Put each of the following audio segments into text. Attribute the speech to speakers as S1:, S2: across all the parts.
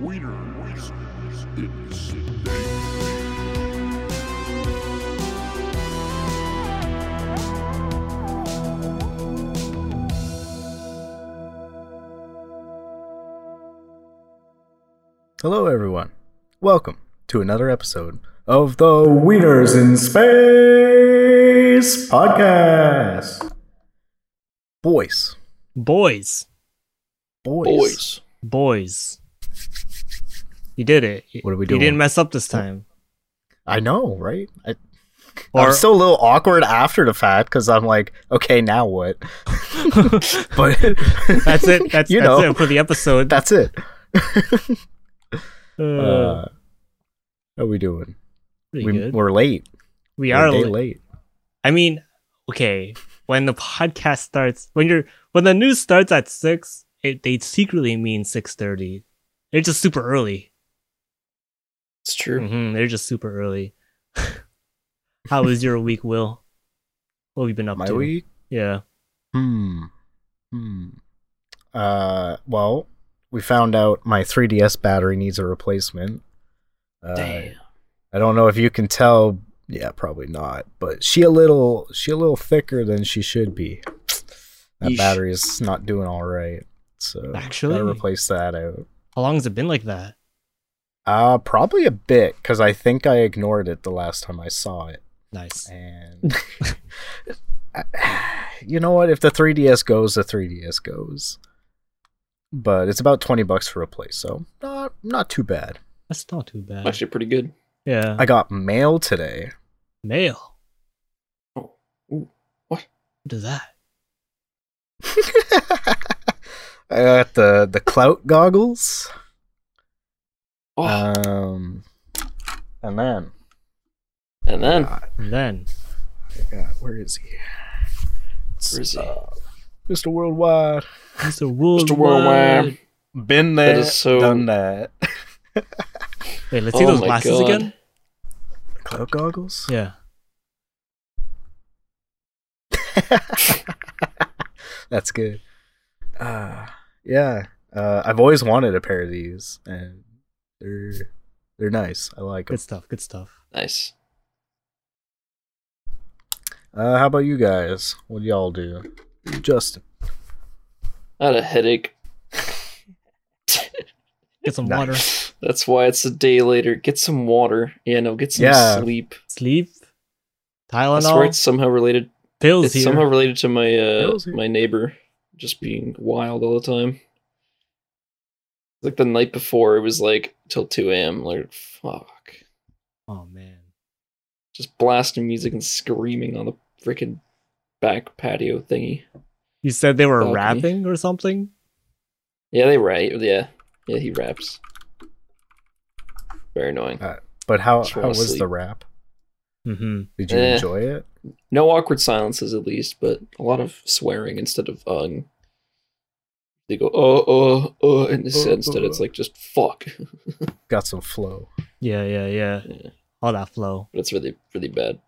S1: Wieners. It's dangerous.
S2: Hello, everyone. Welcome to another episode of the
S3: Wieners in Space podcast.
S2: Boys.
S4: Boys.
S2: Boys.
S5: Boys.
S4: Boys. You did it. You-
S2: What are we
S4: You
S2: doing?
S4: didn't mess up this time.
S2: I know, right? I,
S4: Or
S2: Oh, I'm still a little awkward after the fact because I'm like, okay, now what? but
S4: that's it. That's,
S2: You
S4: that's
S2: know.
S4: it for the episode.
S2: that's it.
S4: Uh,
S2: Uh, how we doing?
S4: pretty
S2: We,
S4: good.
S2: we're late.
S4: We
S2: We're
S4: are
S2: a day
S4: late.
S2: late.
S4: I mean, okay. When the podcast starts, when you're when the news starts at six, it, they secretly mean six thirty. They're just super early.
S5: It's true.
S4: hmm they're just super early. How was your week, Will? What have you been up
S2: My
S4: to?
S2: week.
S4: Yeah.
S2: Hmm. Hmm. Uh. Well, we found out my 3DS battery needs a replacement. Uh,
S5: Damn.
S2: I don't know if you can tell. Yeah, probably not. But she a little she a little thicker than she should be. That
S5: Yeesh.
S2: battery is not doing all right. So
S4: Actually?
S2: Uh, gotta replace that out.
S4: How long has it been like that?
S2: Uh, probably a bit because I think I ignored it the last time I saw it.
S4: Nice.
S2: And you know what? If the 3DS goes, the 3DS goes. But it's about 20 bucks for a place, so not not too bad.
S4: That's not too bad.
S5: Actually, pretty good.
S4: Yeah.
S2: I got mail today.
S4: Mail.
S5: Oh, ooh, what?
S4: What is that?
S2: I got the the clout goggles.
S5: Oh,
S2: Um and then
S5: and then
S4: And then
S2: I got where is he? It's,
S5: Where is he? Oh,
S2: uh, Mr. Worldwide.
S4: Mr. Worldwide.
S5: Mr. Worldwide.
S2: Been
S5: That
S2: there,
S5: is so-
S2: done that.
S4: Wait, let's see
S5: Oh
S4: those
S5: my
S4: glasses
S5: God.
S4: again.
S2: Clout goggles?
S4: Yeah.
S2: That's good. Uh, yeah, uh, I've always wanted a pair of these, and they're they're nice. I like them.
S4: Good stuff. Good stuff.
S5: Nice.
S2: Uh, how about you guys? What do y'all do? Justin,
S5: I had a headache.
S4: Get some water.
S5: That's why it's a day later. Get some water. Yeah, no, get some
S2: Yeah.
S5: sleep.
S4: Sleep.
S5: I swear
S4: Tylenol.
S5: it's somehow related.
S4: pills
S5: It's
S4: here.
S5: somehow related to my uh,
S2: Pills here.
S5: my neighbor just being wild all the time. Like the night before, it was like till two a.m. Like fuck,
S4: oh man.
S5: just blasting music and screaming on the freaking back patio thingy.
S4: You said they were
S5: Balcony.
S4: rapping or something.
S5: Yeah, they right. Yeah, yeah, he raps. Very annoying.
S2: but how
S5: Just
S2: how
S5: wanna
S2: was the
S5: sleep.
S2: rap?
S4: Mm-hmm.
S2: Did you
S5: Eh.
S2: enjoy it?
S5: No awkward silences, at least, but a lot of swearing instead of um. They go oh oh oh, and this
S2: Uh,
S5: instead it's
S2: uh.
S5: like just fuck. But
S2: Got some flow.
S4: Yeah, yeah, yeah.
S5: Yeah.
S4: All that flow.
S5: it's really really bad.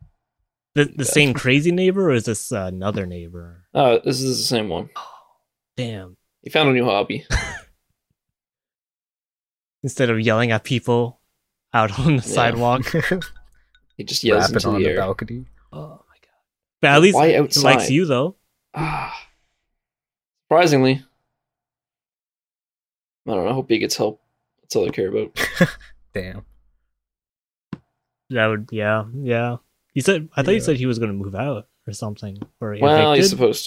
S4: The the
S5: Yeah.
S4: same crazy neighbor or is this uh, another neighbor?
S5: Uh, this is the same one.
S4: Damn.
S5: He found a new hobby.
S4: Instead of yelling at people out on the
S5: Yeah.
S4: sidewalk.
S5: He just yells
S2: Rapping
S5: into
S2: on
S5: the
S2: the
S5: air.
S2: balcony.
S4: Oh my god. But at least
S5: Why
S4: he likes
S5: outside?
S4: you though.
S5: Ah, surprisingly, I don't know. I hope he gets help. That's all I care about.
S2: Damn.
S4: That would, yeah, yeah. You said, I thought you
S2: Yeah.
S4: said he was going to move out or something, or
S5: Well, he's
S4: evicted.
S5: supposed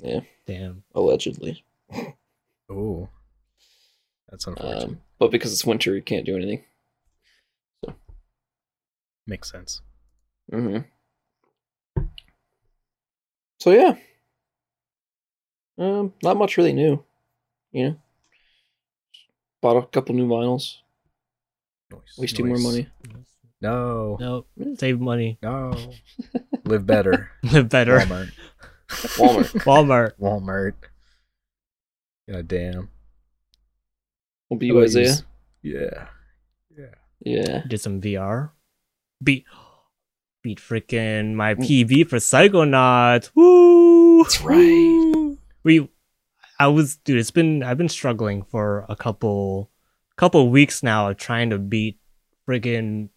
S5: to,
S4: Damn.
S5: allegedly.
S2: Oh, that's unfortunate.
S5: Um, but because it's winter, he can't do anything.
S2: Makes sense.
S5: hmm Mm-hmm. So yeah, um, not much really new, you know. Bought a couple new vinyls,
S2: Nice.
S5: wasting more
S2: Nice.
S5: money.
S2: No.
S4: No, save money,
S2: No. Live better.
S4: live better.
S2: Walmart.
S5: Walmart.
S4: Walmart.
S2: Walmart. God damn.
S5: Will
S2: How
S5: be
S2: about
S5: Isaiah.
S2: yous? Yeah.
S5: Yeah,
S4: Did some VR. Beat, beat freaking my
S5: Mm.
S4: PB for Psychonaut. Woo!
S5: that's right.
S4: We, I was, dude. It's been I've been struggling for a couple couple weeks now of trying to beat friggin'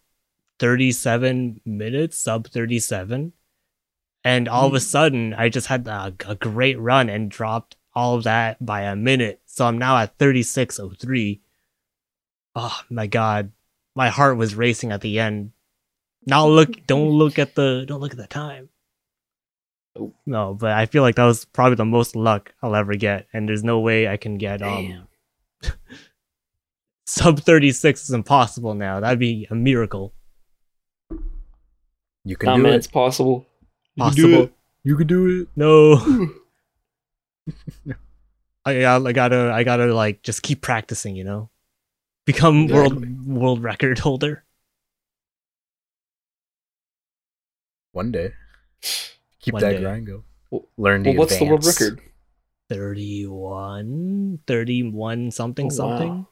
S4: 37 minutes, sub 37. And all of a sudden, I just had a, a great run and dropped all of that by a minute. So I'm now at 36.03. Oh my God. My heart was racing at the end. Now look, don't look at the, don't look at the time.
S5: Nope.
S4: No, but I feel like that was probably the most luck I'll ever get. And there's no way I can get, um,
S5: Damn.
S4: sub 36 is impossible now. That'd be a miracle.
S2: You can
S5: Nah,
S2: do
S5: man,
S2: it.
S5: it's possible. You can do
S4: Possible.
S5: it.
S2: You can do it.
S4: No. I, I gotta I gotta like just keep practicing, you know? Become world world record holder.
S2: One day. Keep
S4: One
S2: that
S4: day.
S2: grind going.
S5: Well-
S2: Learn to
S5: Well, what's the world
S2: advance.
S5: record?
S4: 31 31 something
S5: Oh,
S4: something.
S5: wow.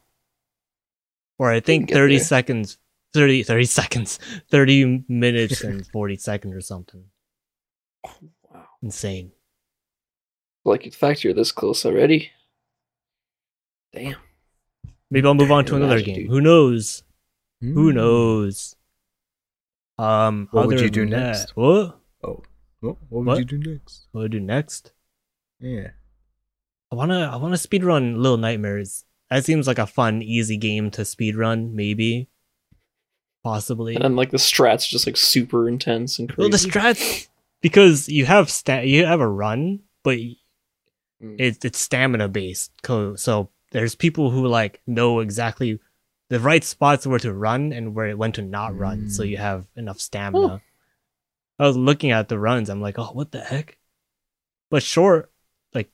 S4: Or I think
S5: get
S4: 30
S5: there.
S4: seconds 30 30 seconds 30 minutes and 40 seconds or something.
S5: Oh, Wow.
S4: Insane.
S5: Like, in fact, you're this close already. Damn.
S4: Maybe I'll move on to another
S5: Imagine,
S4: game.
S5: dude.
S4: Who knows? Who
S2: Hmm.
S4: knows? Um,
S2: What would
S4: other
S2: you do
S4: than that-
S2: next?
S4: what?
S2: Oh. What, what would
S4: What?
S2: you do next?
S4: What would I do next?
S2: Yeah.
S4: I wanna, I wanna speedrun Little Nightmares. That seems like a fun, easy game to speedrun. Maybe, possibly.
S5: And then like the strats just like super intense and crazy.
S4: Well, the strats because you have sta- you have a run, but y-
S5: Mm.
S4: it's it's stamina based. Co- So there's people who like know exactly the right spots where to run and where it went to not run, so you have enough stamina. I was looking at the runs. I'm like, oh, what the heck? But short, like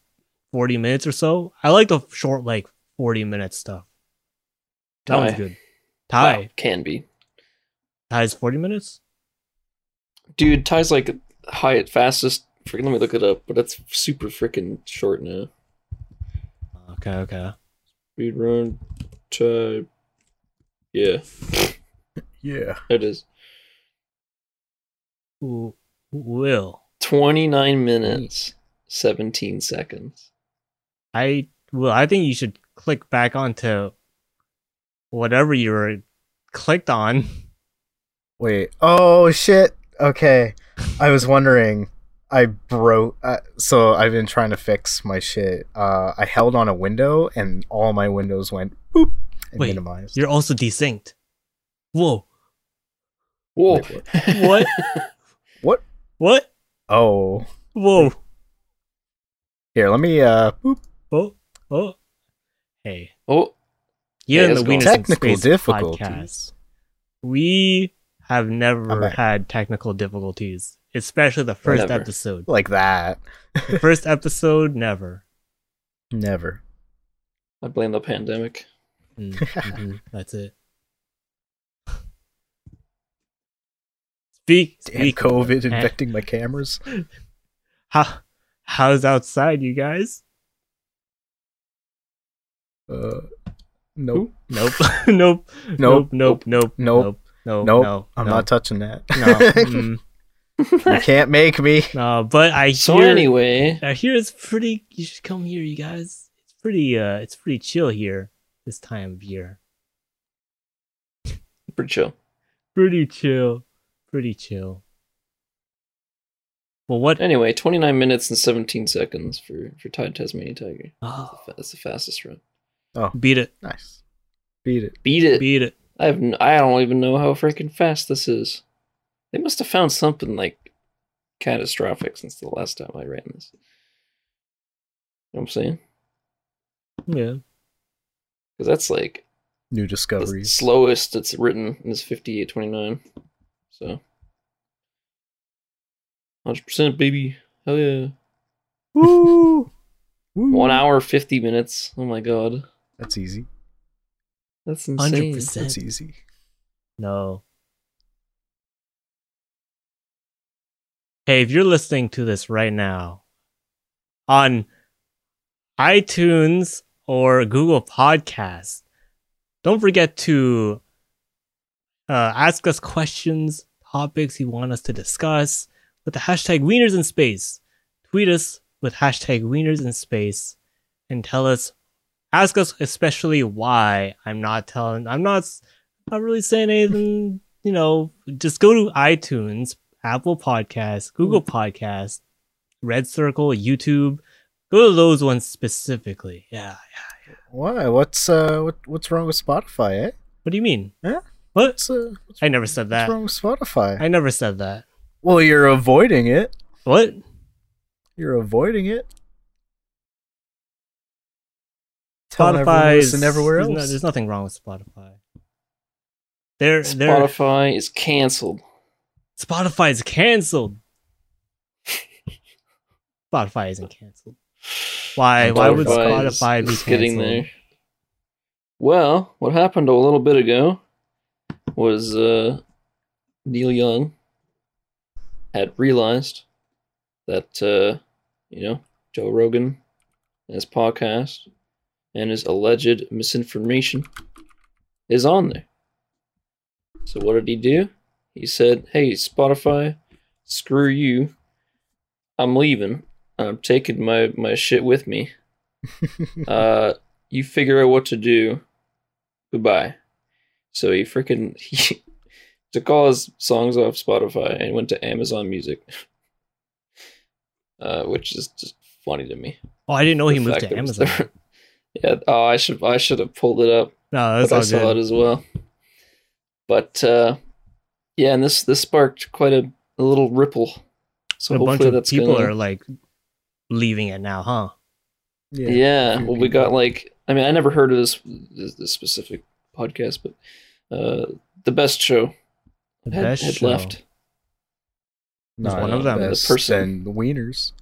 S4: 40 minutes or so. I like the f- short, like 40 minute stuff. That was
S5: Tie.
S4: good.
S5: Wow,
S4: Tie.
S5: can be.
S4: Tie's 40 minutes?
S5: Dude, Ty's like high at fastest. Freaking, let me look it up, but that's super freaking short now.
S4: Okay, okay.
S5: Speed run, Ty. Yeah,
S2: Yeah.
S5: it is.
S4: Ooh, Will.
S5: 29 minutes, 17 seconds.
S4: I well, I think you should click back onto whatever you were clicked on.
S2: Wait. Oh shit. Okay. I was wondering. I broke. Uh, so I've been trying to fix my shit. Uh, I held on a window, and all my windows went boop and
S4: Wait,
S2: minimized.
S4: You're also desynced. Whoa,
S5: Whoa.
S2: Wait, what?
S4: What? what?
S2: Oh,
S4: Whoa,
S2: here. Let me. Uh, boop.
S4: oh, oh. Hey,
S5: oh,
S4: yeah,
S5: Hey,
S4: in
S5: how's
S4: the
S5: it going?
S4: Weenus in
S2: Technical
S4: Space podcast.
S2: difficulties.
S4: We have
S2: I'm
S4: never
S2: back.
S4: had technical difficulties, especially the first
S5: Never.
S4: episode.
S2: Like that.
S4: The first episode, never.
S2: Never.
S5: I blame the pandemic.
S4: Mm, mhm, that's it. Speak,
S2: Damn
S4: speak Eh, of
S2: COVID
S4: pan-
S2: infecting my cameras.
S4: How how's outside, you guys?
S2: Uh, nope.
S4: Nope. nope. Nope. Nope. Nope. Nope.
S2: Nope.
S4: No.
S2: Nope.
S4: No.
S2: I'm
S4: no,
S2: not touching that.
S4: No. mm,
S2: you can't make me.
S4: no. But I
S5: So,
S4: hear.
S5: anyway,
S4: I hear it's pretty. You should come here, you guys. It's pretty. Uh, it's pretty chill here this time of year.
S5: pretty chill.
S4: Pretty chill. Pretty chill. Well, what?
S5: Anyway, 29 minutes and 17 seconds for, for Tide Tasmanian Tiger.
S4: Oh,
S5: That's the fastest run.
S4: beat it.
S2: Nice. Beat it.
S5: Beat it.
S4: Beat it.
S5: I have n- I don't even know how freaking fast this is. They must have found something like catastrophic since the last time I ran this. You know what I'm saying?
S4: Yeah.
S5: Because that's like
S2: New
S5: the
S2: discoveries.
S5: slowest it's written is 58.29. So 100% baby. Hell yeah.
S2: Woo! Woo.
S5: 1 hour 50 minutes. Oh my god.
S2: That's easy.
S5: That's
S4: Hundred
S5: insane.
S2: That's
S4: percent.
S2: easy.
S4: No. Hey, if you're listening to this right now on iTunes or Google Podcasts, don't forget to uh, ask us questions, topics you want us to discuss with the hashtag Wieners in Space. Tweet us with hashtag Wieners in Space and tell us ask us especially why I'm not telling I'm not s- not really saying anything, you know, just go to iTunes, Apple Podcasts, Google
S2: Hmm.
S4: Podcasts, Red Circle, YouTube. Go to those ones specifically. Yeah.
S2: Why? What's uh what, what's wrong with Spotify? Eh?
S4: What do you mean?
S2: Huh?
S4: What?
S2: What's, uh, what's,
S4: I never said
S2: what's
S4: that.
S2: wrong with Spotify?
S4: I never said that.
S2: Well, you're avoiding it.
S4: What?
S2: You're avoiding it. Telling everyone to
S4: Spotify
S2: listen everywhere
S4: there's no-
S2: else.
S4: there's nothing wrong with Spotify. They're, they're,
S5: Spotify is canceled.
S4: Spotify is canceled. Spotify isn't canceled. Why? Why would
S5: Spotify is-
S4: Spotify be
S5: is getting
S4: canceled?
S5: there? Well, what happened a little bit ago was uh, Neil Young had realized that uh, you know Joe Rogan and his podcast and his alleged misinformation is on there. So what did he do? He said, "Hey Spotify, screw you. I'm leaving. I'm taking my my shit with me. uh, you figure out what to do. Goodbye." So he freaking he took all his songs off Spotify and went to Amazon Music, uh, which is just funny to me.
S4: Oh, I didn't know he
S5: The
S4: moved
S5: fact
S4: to
S5: that it was
S4: Amazon.
S5: there. yeah. Oh, I should I should have pulled it up
S4: No, that's
S5: but I
S4: all
S5: saw
S4: good.
S5: it as well. But uh, yeah, and this this sparked quite a, a little ripple. So
S4: a
S5: hopefully
S4: bunch of
S5: that's
S4: people
S5: gonna,
S4: are like leaving it now, huh?
S2: yeah.
S5: yeah. Well, we got like I mean I never heard of this this, this specific podcast, but uh, the best show
S4: The
S5: had,
S4: best
S5: had
S4: show.
S5: left.
S2: Not
S4: one of them. The
S2: best
S5: person-
S2: and wieners.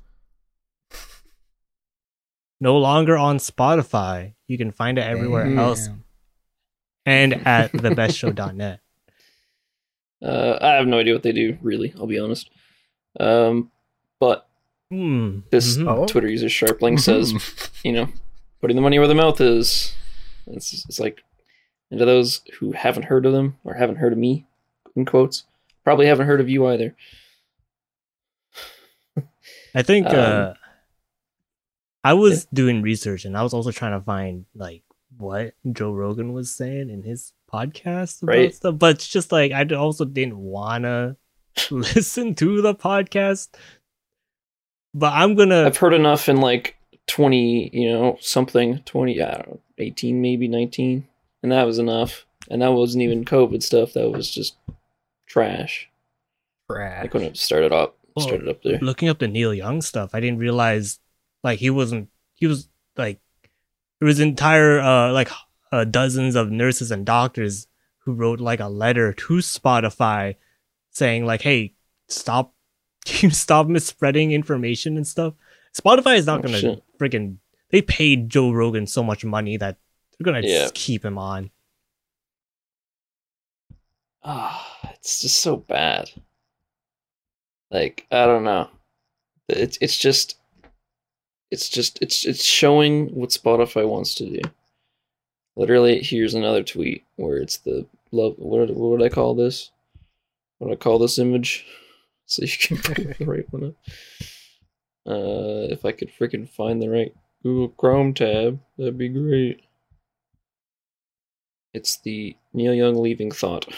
S4: No longer on Spotify. You can find it everywhere
S5: Damn.
S4: else and at thebestshow.net.
S5: Uh, I have no idea what they do really. I'll be honest. Um, but
S4: Hmm.
S5: this
S4: Mhm.
S2: Oh.
S5: Twitter user Sharpling says you know, putting the money where the mouth is. It's, it's like, and to those who haven't heard of them or haven't heard of me, in quotes, probably haven't heard of you either.
S4: I think
S5: Um,
S4: uh, I was doing research and I was also trying to find like what Joe Rogan was saying in his podcast about
S5: Right.
S4: stuff, but it's just like I d- also didn't wanna listen to the podcast. But I'm gonna
S5: I've heard enough in like 20, you know, something, 20, I don't know, 18, maybe 19. And that was enough. And that wasn't even COVID stuff. That was just trash. I
S2: Brad.
S5: couldn't have started up,
S4: Well,
S5: started up there.
S4: looking up the Neil Young stuff. I didn't realize like he wasn't he was like there was entire uh like uh, dozens of nurses and doctors who wrote like a letter to Spotify saying like, hey, stop, you stop misspreading information and stuff. Spotify is not
S5: Oh,
S4: gonna
S5: shit.
S4: freaking. They paid Joe Rogan so much money that they're gonna
S5: Yeah.
S4: just keep him on.
S5: Ah, it's just so bad. Like I don't know. It's it's just, it's just it's it's showing what Spotify wants to do. Literally, here's another tweet where it's the love. What did- what would I call this? What do I call this image? So you can pull the right one up. Uh, if I could freaking find the right Google Chrome tab, that'd be great. It's the Neil Young leaving thought.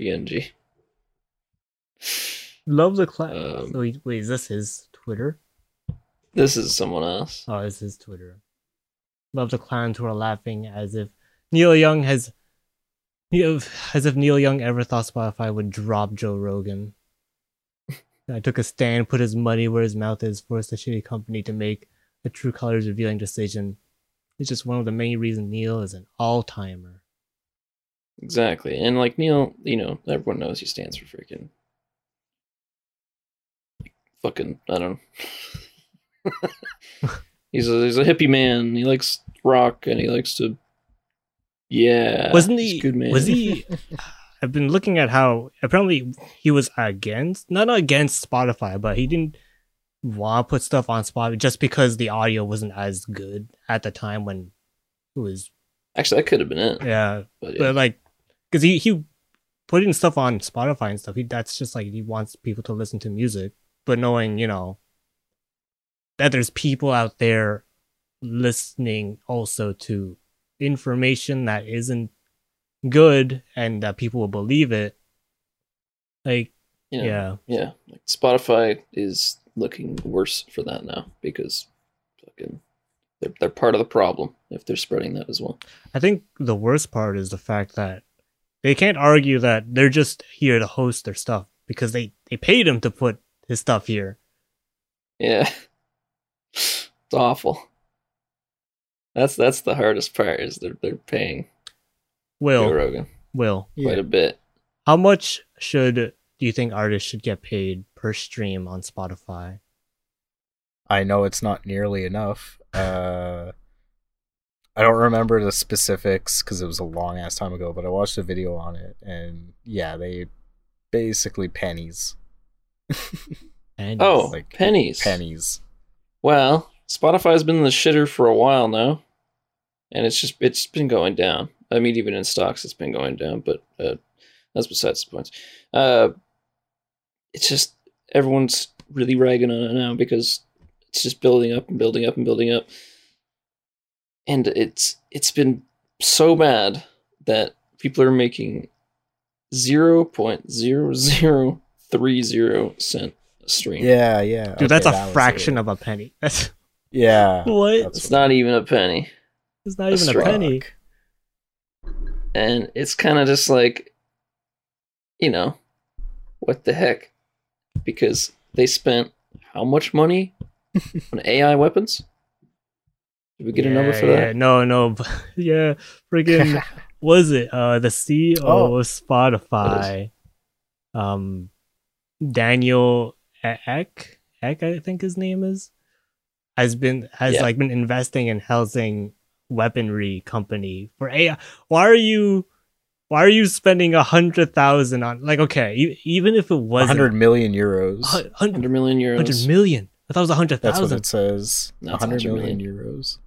S5: PNG.
S4: Love the class.
S5: Um,
S4: wait, wait, is this his Twitter?
S5: This is someone else.
S4: Oh, this is Twitter. Love the clowns who are laughing as if Neil Young has, Neil- as if Neil Young ever thought Spotify would drop Joe Rogan. I took a stand, put his money where his mouth is, forced the shitty company to make a True Colors revealing decision. It's just one of the main reasons Neil is an all timer.
S5: Exactly. And like Neil, you know, everyone knows he stands for freaking fucking I don't know. he's a he's a hippie man. He likes rock and he likes to Yeah.
S4: Wasn't
S5: Uh, he's a
S4: he?
S5: good man.
S4: Was he? I've been looking at how apparently he was against, not against Spotify, but he didn't want to put stuff on Spotify just because the audio wasn't as good at the time when it was,
S5: Actually that could have been it.
S4: yeah,
S5: But yeah.
S4: but like, because he he putting stuff on Spotify and stuff. He that's just like he wants people to listen to music, but knowing you know that there's people out there listening also to information that isn't good and that people will believe it. Like,
S5: You know,
S4: yeah,
S5: Yeah, like Spotify is looking worse for that now because fucking they're they're part of the problem if they're spreading that as well.
S4: I think the worst part is the fact that they can't argue that they're just here to host their stuff because they they paid him to put his stuff here.
S5: Yeah, it's awful. That's that's the hardest part is they're they're paying Joe
S4: Will,
S5: Rogan
S4: Will,
S5: quite a bit.
S4: how much should do you think artists should get paid per stream on Spotify?
S2: I know it's not nearly enough. Uh, I don't remember the specifics because it was a long ass time ago, but I watched a video on it, and yeah, they basically pennies,
S4: And
S5: Oh,
S2: like
S5: pennies.
S2: pennies.
S5: Well, Spotify's been in the shitter for a while now, and it's just it's been going down. I mean, even in stocks, it's been going down. But uh, that's besides the point. Uh, it's just everyone's really ragging on it now because it's just building up and building up and building up, and it's it's been so bad that people are making zero point zero zero three zero cent a stream.
S2: Yeah, yeah.
S4: dude, that's
S2: okay, that
S4: a
S2: was
S4: fraction
S2: it.
S4: of a penny. That's
S2: Yeah,
S4: what?
S2: that's
S5: It's not even a penny.
S4: It's not even a
S5: Strong.
S4: penny.
S2: fuck.
S5: and it's kind of just like you know what the heck because they spent how much money on ai weapons did we get a number
S4: Yeah,
S5: for
S4: yeah, No, no, but- yeah, friggin' was it uh the CEO
S2: Oh.
S4: of Spotify, um, Daniel E- Eck, Eck, I think his name is, has been has
S5: Yeah.
S4: like been investing in housing weaponry company for AI. Why are you? Why are you spending a hundred thousand on like okay, e- even if it was
S2: hundred million euros.
S5: that
S4: hundred
S5: 100 million
S4: hundred
S5: euros
S4: million, I thought it was a hundred
S2: That's what
S4: thousand.
S2: it says.
S5: That's
S2: One hundred
S5: 100
S2: million euros.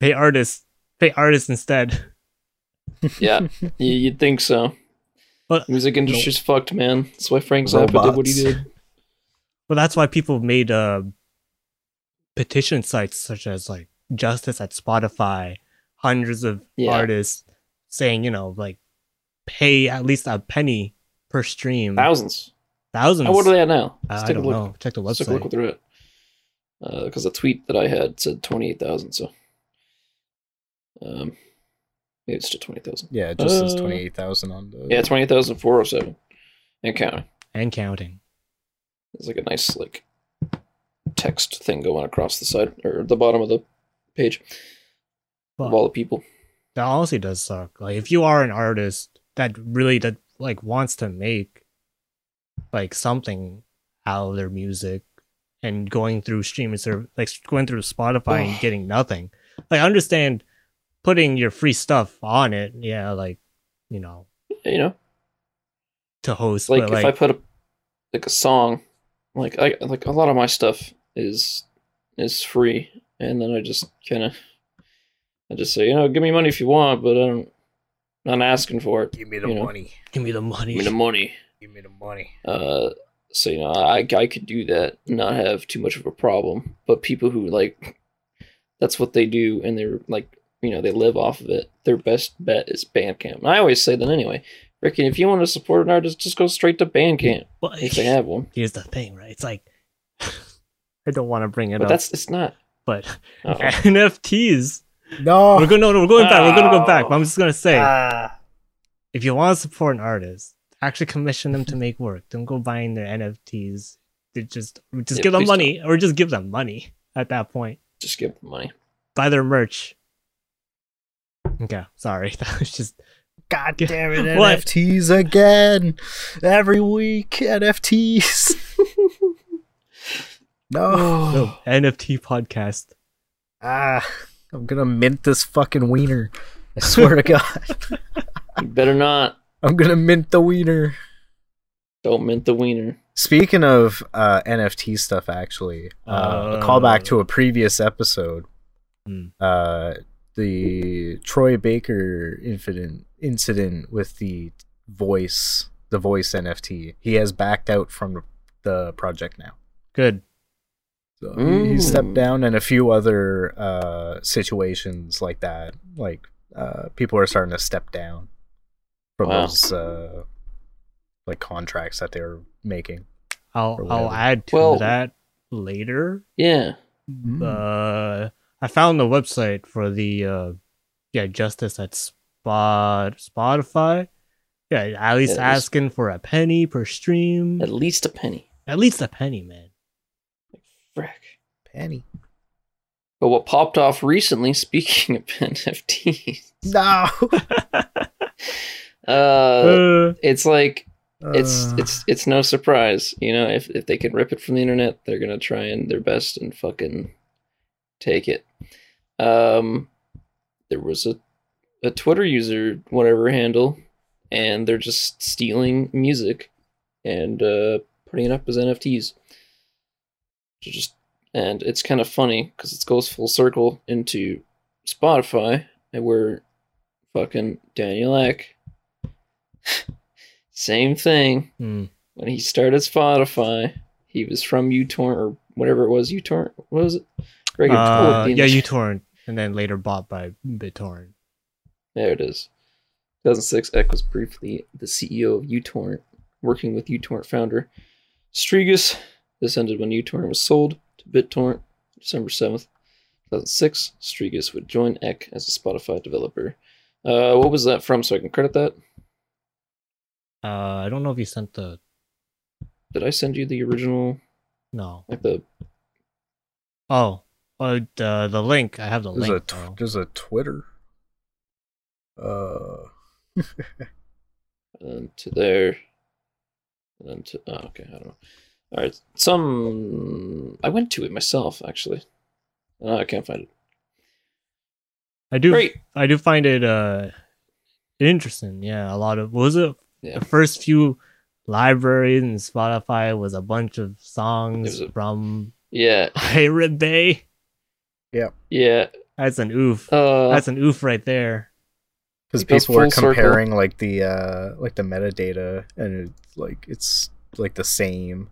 S4: Pay artists, pay artists instead.
S5: yeah you, you'd think so
S4: But-
S5: music industry's fucked man that's why frank zappa did what he
S2: Robots.
S5: did
S4: Well, that's why people made uh, petition sites such as like Justice at Spotify, hundreds of
S5: Yeah.
S4: artists saying, you know, like pay at least a penny per stream.
S5: thousands
S4: Mm. Thousands. Uh,
S5: How what are they at now
S4: I-
S5: Let's
S4: I
S5: take a
S4: don't
S5: look.
S4: know. Check the
S5: Let's take a look
S4: website.
S5: what they're at because the tweet that i had said 28000 so um maybe it's to 20000
S2: Yeah, it just says
S5: Uh,
S2: twenty eight thousand on the.
S5: Yeah, twenty thousand four hundred seven, and counting.
S4: And counting.
S5: There's like a nice like text thing going across the side or the bottom of the page
S4: But
S5: of all the people.
S4: that honestly does suck. Like if you are an artist that really that like wants to make like something out of their music and going through streaming service like going through Spotify and getting nothing. Like I understand putting your free stuff on it, yeah, like you know,
S5: You know,
S4: to host
S5: it's like,
S4: but
S5: if I put a like a song, like I like a lot of my stuff is is free, and then I just kind of I just say you know give me money if you want, but I'm not asking for it.
S2: Give me
S5: You know.
S2: money.
S4: give me the money.
S5: Give me the money.
S2: Give me the money.
S5: Uh, so you know, I I could do that, not have too much of a problem. But people who like, that's what they do, and they're like, you know, they live off of it. Their best bet is Bandcamp. And I always say that anyway. Ricky, if you want to support an artist, just go straight to Bandcamp
S4: But
S5: if they have one.
S4: here's the thing, right? It's like I don't want to bring it
S5: But
S4: up,
S5: that's it's not.
S4: but
S5: Oh.
S4: NFTs.
S2: No.
S4: We're going. No, no, we're going back. We're going to go back.
S5: Oh.
S4: But I'm just going to say,
S2: Ah.
S4: if you want to support an artist, actually commission them to make work. Don't go buying their NFTs. They just just
S5: Yeah,
S4: give them
S5: please
S4: money, or just give them money at that point.
S5: Just give them money.
S4: Buy their merch. Okay, sorry, that was just
S2: God
S4: Yeah.
S2: damn it,
S4: What?
S2: NFTs again. Every week, NFTs. no.
S4: no, NFT podcast.
S2: Ah, I'm going to mint this fucking wiener. I swear to God.
S5: You better not.
S2: I'm going to mint the wiener.
S5: Don't mint the wiener.
S2: Speaking of uh, NFT stuff, actually, uh, a
S4: Uh.
S2: callback to a previous episode,
S4: Hmm.
S2: uh, the Troy Baker incident incident with the voice, the voice NFT. He has backed out from the project now.
S4: Good.
S2: So he, he stepped
S5: Mm.
S2: down, and a few other uh, situations like that. Like uh, people are starting to step down from
S5: Wow.
S2: those uh, like contracts that they were making. Or
S4: I'll I'll
S2: whatever.
S4: add to
S5: Well-
S4: that later.
S5: Yeah.
S4: Uh, I found the website for the uh, yeah justice at Spot Spotify. Yeah, at least
S5: Yeah, it was-
S4: asking for a penny per stream.
S5: At least a penny.
S4: At least a penny, man.
S5: Frick.
S2: Penny.
S5: But what popped off recently, speaking of NFTs,
S2: No.
S5: uh,
S4: Uh,
S5: it's like it's
S2: Uh,
S5: it's it's no surprise, you know. If if they can rip it from the internet, they're gonna try and their best and fucking take it. Um, there was a a Twitter user whatever handle, and they're just stealing music and uh, putting it up as NFTs. Which is Just and it's kind of funny because it goes full circle into Spotify, and where fucking Daniel Eck, same thing
S4: hmm.
S5: when he started Spotify, he was from uTorrent or whatever it was. uTorrent, what was it? Regular
S4: Uh, yeah, uTorrent, and then later bought by BitTorrent.
S5: There it is. 2006, Eck was briefly the CEO of uTorrent, working with uTorrent founder Strigus. This ended when uTorrent was sold to BitTorrent December 7th, 2006. Strigus would join Eck as a Spotify developer. Uh, what was that from so I can credit that?
S4: Uh, I don't know if you sent the
S5: Did I send you the original,
S4: no.
S5: like the
S4: Oh, uh, the the link. I have the
S2: there's a
S4: link.
S2: tw-
S4: though.
S2: there's a Twitter. Uh,
S5: and then to there, and then to oh, okay, I don't know. All right, some I went to it myself actually. No, I can't find it.
S4: I do.
S5: Great.
S4: I do find it uh interesting. Yeah, a lot of what was it
S5: Yeah.
S4: the first few libraries and Spotify was a bunch of songs
S5: It was a-
S4: from
S5: Yeah,
S4: Pirate Bay.
S5: yeah.
S4: That's an oof.
S5: Uh,
S4: That's an oof right there.
S2: because
S5: It goes
S2: people were
S5: full circle.
S2: comparing like the uh like the metadata and it's like it's like the same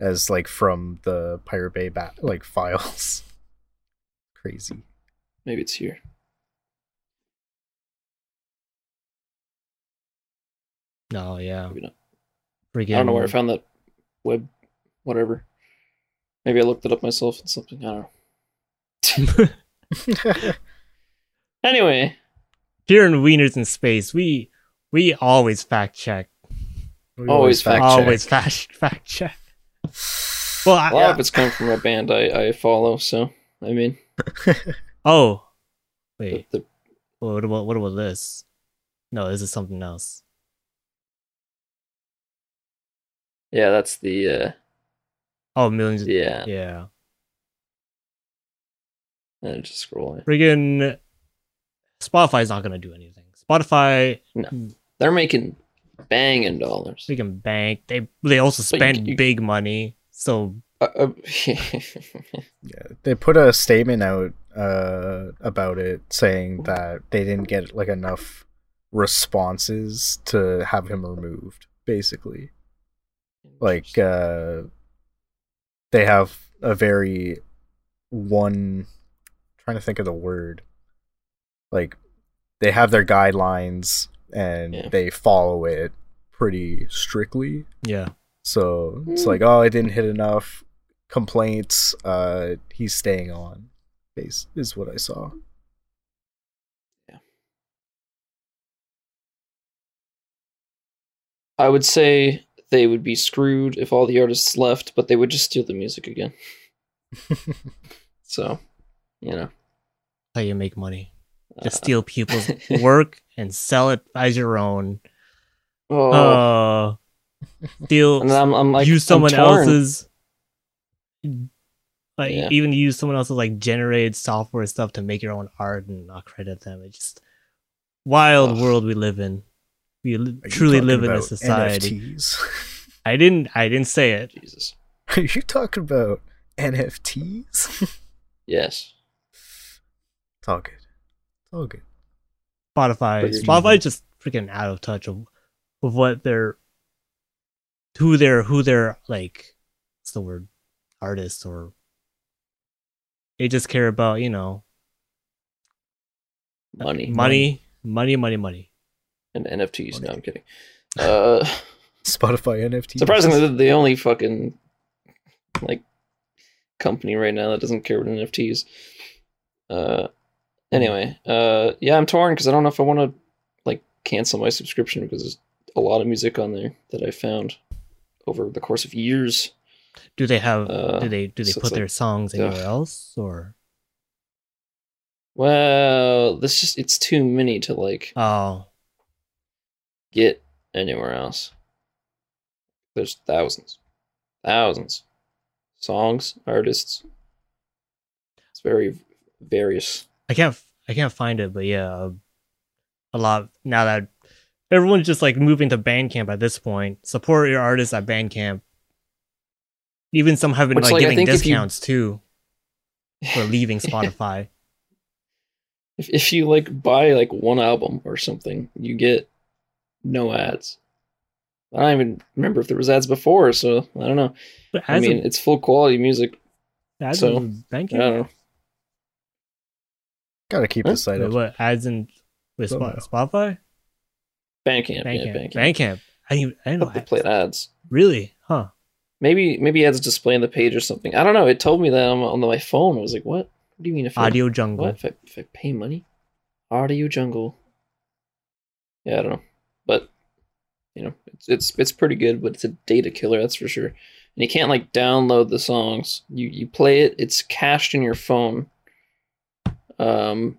S2: as like from the pirate bay ba- like files crazy
S5: maybe it's here.
S4: No, yeah.
S5: Maybe not.
S4: Freaking
S5: I don't know where I found that web, whatever. Maybe I looked it up myself and something. I don't know. Anyway,
S4: here in Wieners in Space, we we always fact check.
S2: We
S5: Always fact check.
S4: always fact fact check. Well, I,
S5: a lot of it's come from a band I, I follow. So I mean,
S4: oh,
S5: the,
S4: wait.
S5: the,
S4: What, what what was this? No, this is something else.
S5: yeah, that's the uh,
S4: Oh, millions. Of,
S5: yeah.
S4: yeah.
S5: And just scrolling.
S4: friggin' Spotify's not gonna do anything. Spotify,
S5: They're making banging dollars.
S4: freaking bank. They they also
S5: But you-
S4: spend
S5: you-
S4: big money. So
S5: Uh, uh,
S2: yeah they put a statement out uh about it saying that they didn't get like enough responses to have him removed basically like uh they have a very one trying to think of the word like they have their guidelines and
S5: Yeah.
S2: they follow it pretty strictly
S4: yeah,
S2: so it's
S4: Hmm.
S5: Mm.
S2: like oh i didn't hit enough complaints uh he's staying on is, is what i saw
S5: I would say they would be screwed if all the artists left, but they would just steal the music again. So, you know,
S4: that's how you make money. Just
S5: uh,
S4: steal people's work and sell it as your own.
S5: oh,
S4: Uh,
S5: and
S4: steal,
S5: I'm, I'm like
S4: use
S5: I'm
S4: someone
S5: torn.
S4: else's. Like
S5: Yeah.
S4: even use someone else's like generated software stuff to make your own art and not credit them. It's just wild
S5: Ugh.
S4: world we live in. We li-
S2: Are you
S4: truly
S2: talking
S4: live in a
S2: about
S4: society.
S2: NFTs?
S4: I didn't. I didn't say it.
S5: Jesus.
S2: are you talking about nfts
S5: Yes.
S2: it's all good it's all good
S4: Spotify.
S5: But you're-
S4: Spotify is just freaking out of touch of, of what their, who their who their like, what's the word, artists or They just care about, you know,
S5: Money.
S4: money, money, money, money.
S5: And NFTs. No,
S2: Money.
S5: I'm kidding. Uh,
S2: Spotify NFT.
S5: surprisingly, they're the only fucking like company right now that doesn't care about NFTs. Uh, anyway, uh, yeah, I'm torn because I don't know if I want to like cancel my subscription because there's a lot of music on there that I found over the course of years.
S4: Do they have?
S5: Uh,
S4: do they do they
S5: so it's
S4: put their songs
S5: ugh.
S4: anywhere else or?
S5: Well, this just it's too many to like
S4: Oh,
S5: get anywhere else. There's thousands, thousands, songs, artists. It's very various.
S4: I can't f- I can't find it, but yeah, uh, a lot now that everyone's just like moving to Bandcamp at this point. Support your artists at Bandcamp. Even some have been
S5: Which,
S4: like,
S5: like, I
S4: giving
S5: think if you-
S4: discounts too for leaving Spotify.
S5: If if you like buy like one album or something, you get no ads. I don't even remember if there was ads before, so I don't know.
S4: But
S5: I
S4: as
S5: mean,
S4: of-
S5: it's full quality music.
S4: as
S5: so,
S4: of
S5: I don't
S4: Bandcamp,
S5: know.
S2: Gotta keep
S5: Huh?
S2: the site
S4: Wait,
S2: up.
S4: what ads in with
S2: Don't
S4: Spo-
S2: know.
S4: Spotify?
S5: Bandcamp, yeah,
S4: Bandcamp.
S5: Bandcamp.
S4: Bandcamp. I didn't.
S5: I
S4: I didn't know.
S5: thought they played ads.
S4: Really? Huh.
S5: Maybe maybe ads displaying the page or something. I don't know. It told me that on, on my phone. I was like, what? What do you mean if I-
S4: Audio Jungle.
S5: What if I, if I pay money? Audio jungle. Yeah, I don't know, but you know, it's it's it's pretty good, but it's a data killer, that's for sure. And you can't like download the songs. You you play it, it's cached in your phone. Um,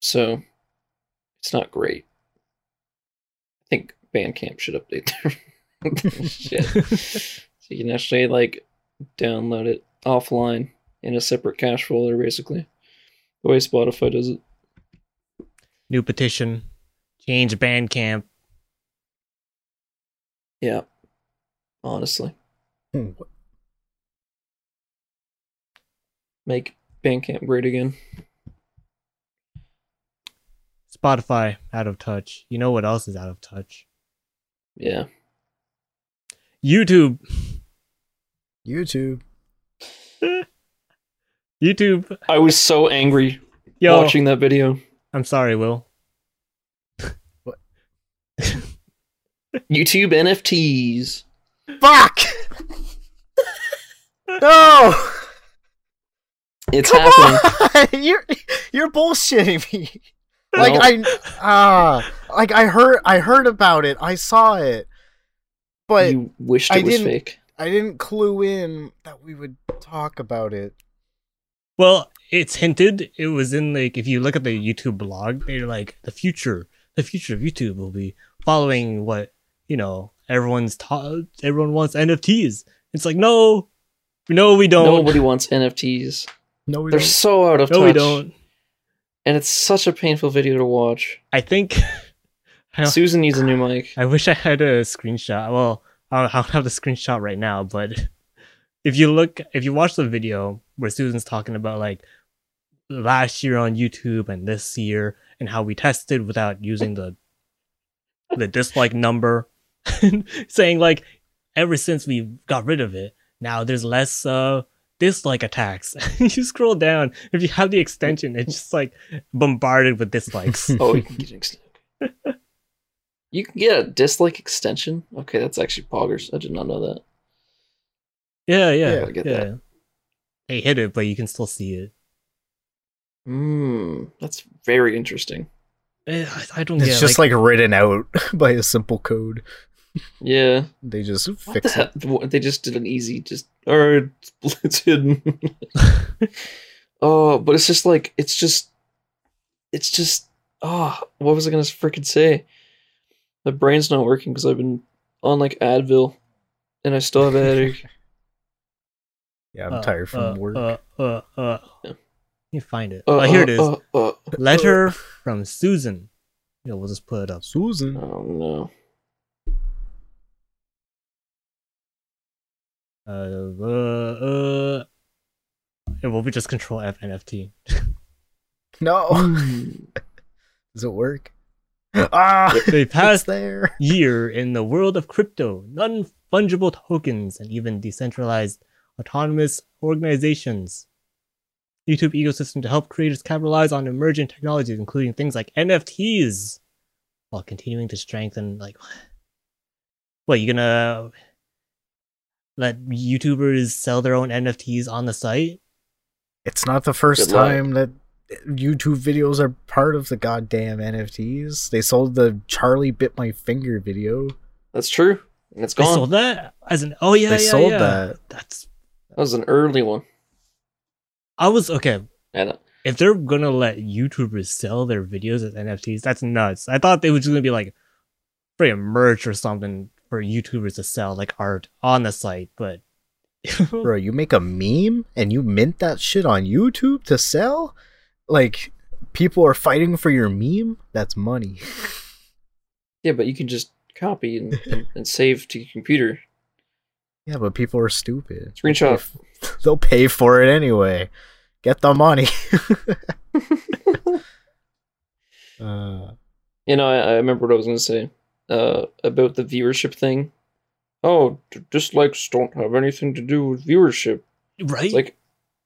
S5: so it's not great. I think Bandcamp should update their shit so you can actually like download it offline in a separate cache folder, basically. The way Spotify does it.
S4: New petition. Change Bandcamp.
S5: Yeah. Honestly.
S2: Hmm, what-
S5: Make Bandcamp great again.
S4: Spotify out of touch. You know what else is out of touch?
S5: Yeah.
S4: YouTube.
S2: YouTube.
S4: YouTube.
S5: I was so angry
S4: Yo,
S5: watching that video.
S4: I'm sorry, Will.
S5: YouTube NFTs.
S2: Fuck! no!
S5: It's
S2: Come
S5: happening.
S2: on! You're you're bullshitting me. Like I ah, like I heard I heard about it. I saw it, but
S5: you wished it
S2: I
S5: was
S2: didn't-
S5: fake.
S2: I didn't clue in that we would talk about it.
S4: Well, it's hinted. It was in like if you look at the YouTube blog, they're like the future. The future of YouTube will be following what you know. Everyone's ta- everyone wants NFTs. It's like no, no, we don't.
S5: Nobody wants NFTs.
S2: No, we
S5: They're so out of
S4: no,
S5: touch.
S4: we don't.
S5: And it's such a painful video to watch.
S4: I think. I, don't-
S5: Susan needs a new mic.
S4: I wish I had a screenshot. Well, I don't I don't have the screenshot right now, but if you look, if you watch the video where Susan's talking about like last year on YouTube and this year and how we tested without using the the dislike number, saying like ever since we got rid of it, now there's less uh dislike attacks. you scroll down, if you have the extension, it's just like bombarded with dislikes.
S5: Oh, you can get an extension. You can get a dislike extension? Okay, that's actually poggers. I did not know that.
S4: Yeah, yeah,
S5: Yeah, I get
S4: yeah.
S5: that.
S4: They hit it, but you can still see it.
S5: Hmm, that's very interesting.
S4: Eh, I, I don't
S2: It's
S4: get.
S2: just like, written out by a simple code.
S5: Yeah.
S2: They just
S5: What the
S2: fix it.
S5: hell? What- They just did an easy, just, or it's, it's hidden. oh, but it's just like, it's just, it's just, oh, what was I going to freaking say? My brain's not working because I've been on like Advil and I still have a headache.
S2: Yeah,
S4: uh,
S2: I'm tired from
S4: uh,
S2: work.
S4: Uh, uh, uh.
S5: Yeah.
S4: You find it.
S5: Uh,
S4: oh, here
S5: uh,
S4: it is.
S5: uh, uh.
S4: Letter from Susan. Yeah, we'll just put it up.
S2: Susan.
S5: Oh, no.
S4: Uh, uh, uh. Yeah, well, we just control F and FT. Oh.
S2: No.
S5: Hmm.
S2: Does it work? Ah,
S4: They
S2: it's
S4: passed
S2: there.
S4: year in the world of crypto, non fungible tokens, and even decentralized autonomous organizations. YouTube ecosystem to help creators capitalize on emerging technologies, including things like NFTs, while continuing to strengthen. Like, what you gonna let YouTubers sell their own NFTs on the site?
S2: It's not the first
S5: Good luck.
S2: time that YouTube videos are part of the goddamn NFTs. They sold the Charlie bit my finger video.
S5: That's true. And it's
S4: They
S5: gone.
S4: sold that as an oh yeah
S2: they
S4: yeah,
S2: sold
S4: yeah.
S2: that.
S4: That's
S5: That was an early one.
S4: I was okay.
S5: And uh,
S4: if they're gonna let YouTubers sell their videos as NFTs, that's nuts. I thought they were just gonna be like free merch or something for YouTubers to sell like art on the site, but
S2: Bro, you make a meme and you mint that shit on YouTube to sell? Like people are fighting for your meme? That's money.
S5: yeah, but you can just copy and, and, and save to your computer.
S2: Yeah, but people are stupid.
S5: Screenshot.
S2: They'll pay for it anyway. Get the money. uh,
S5: You know, I, I remember what I was going to say uh, about the viewership thing. Oh, d- dislikes don't have anything to do with viewership.
S4: right?
S5: It's like,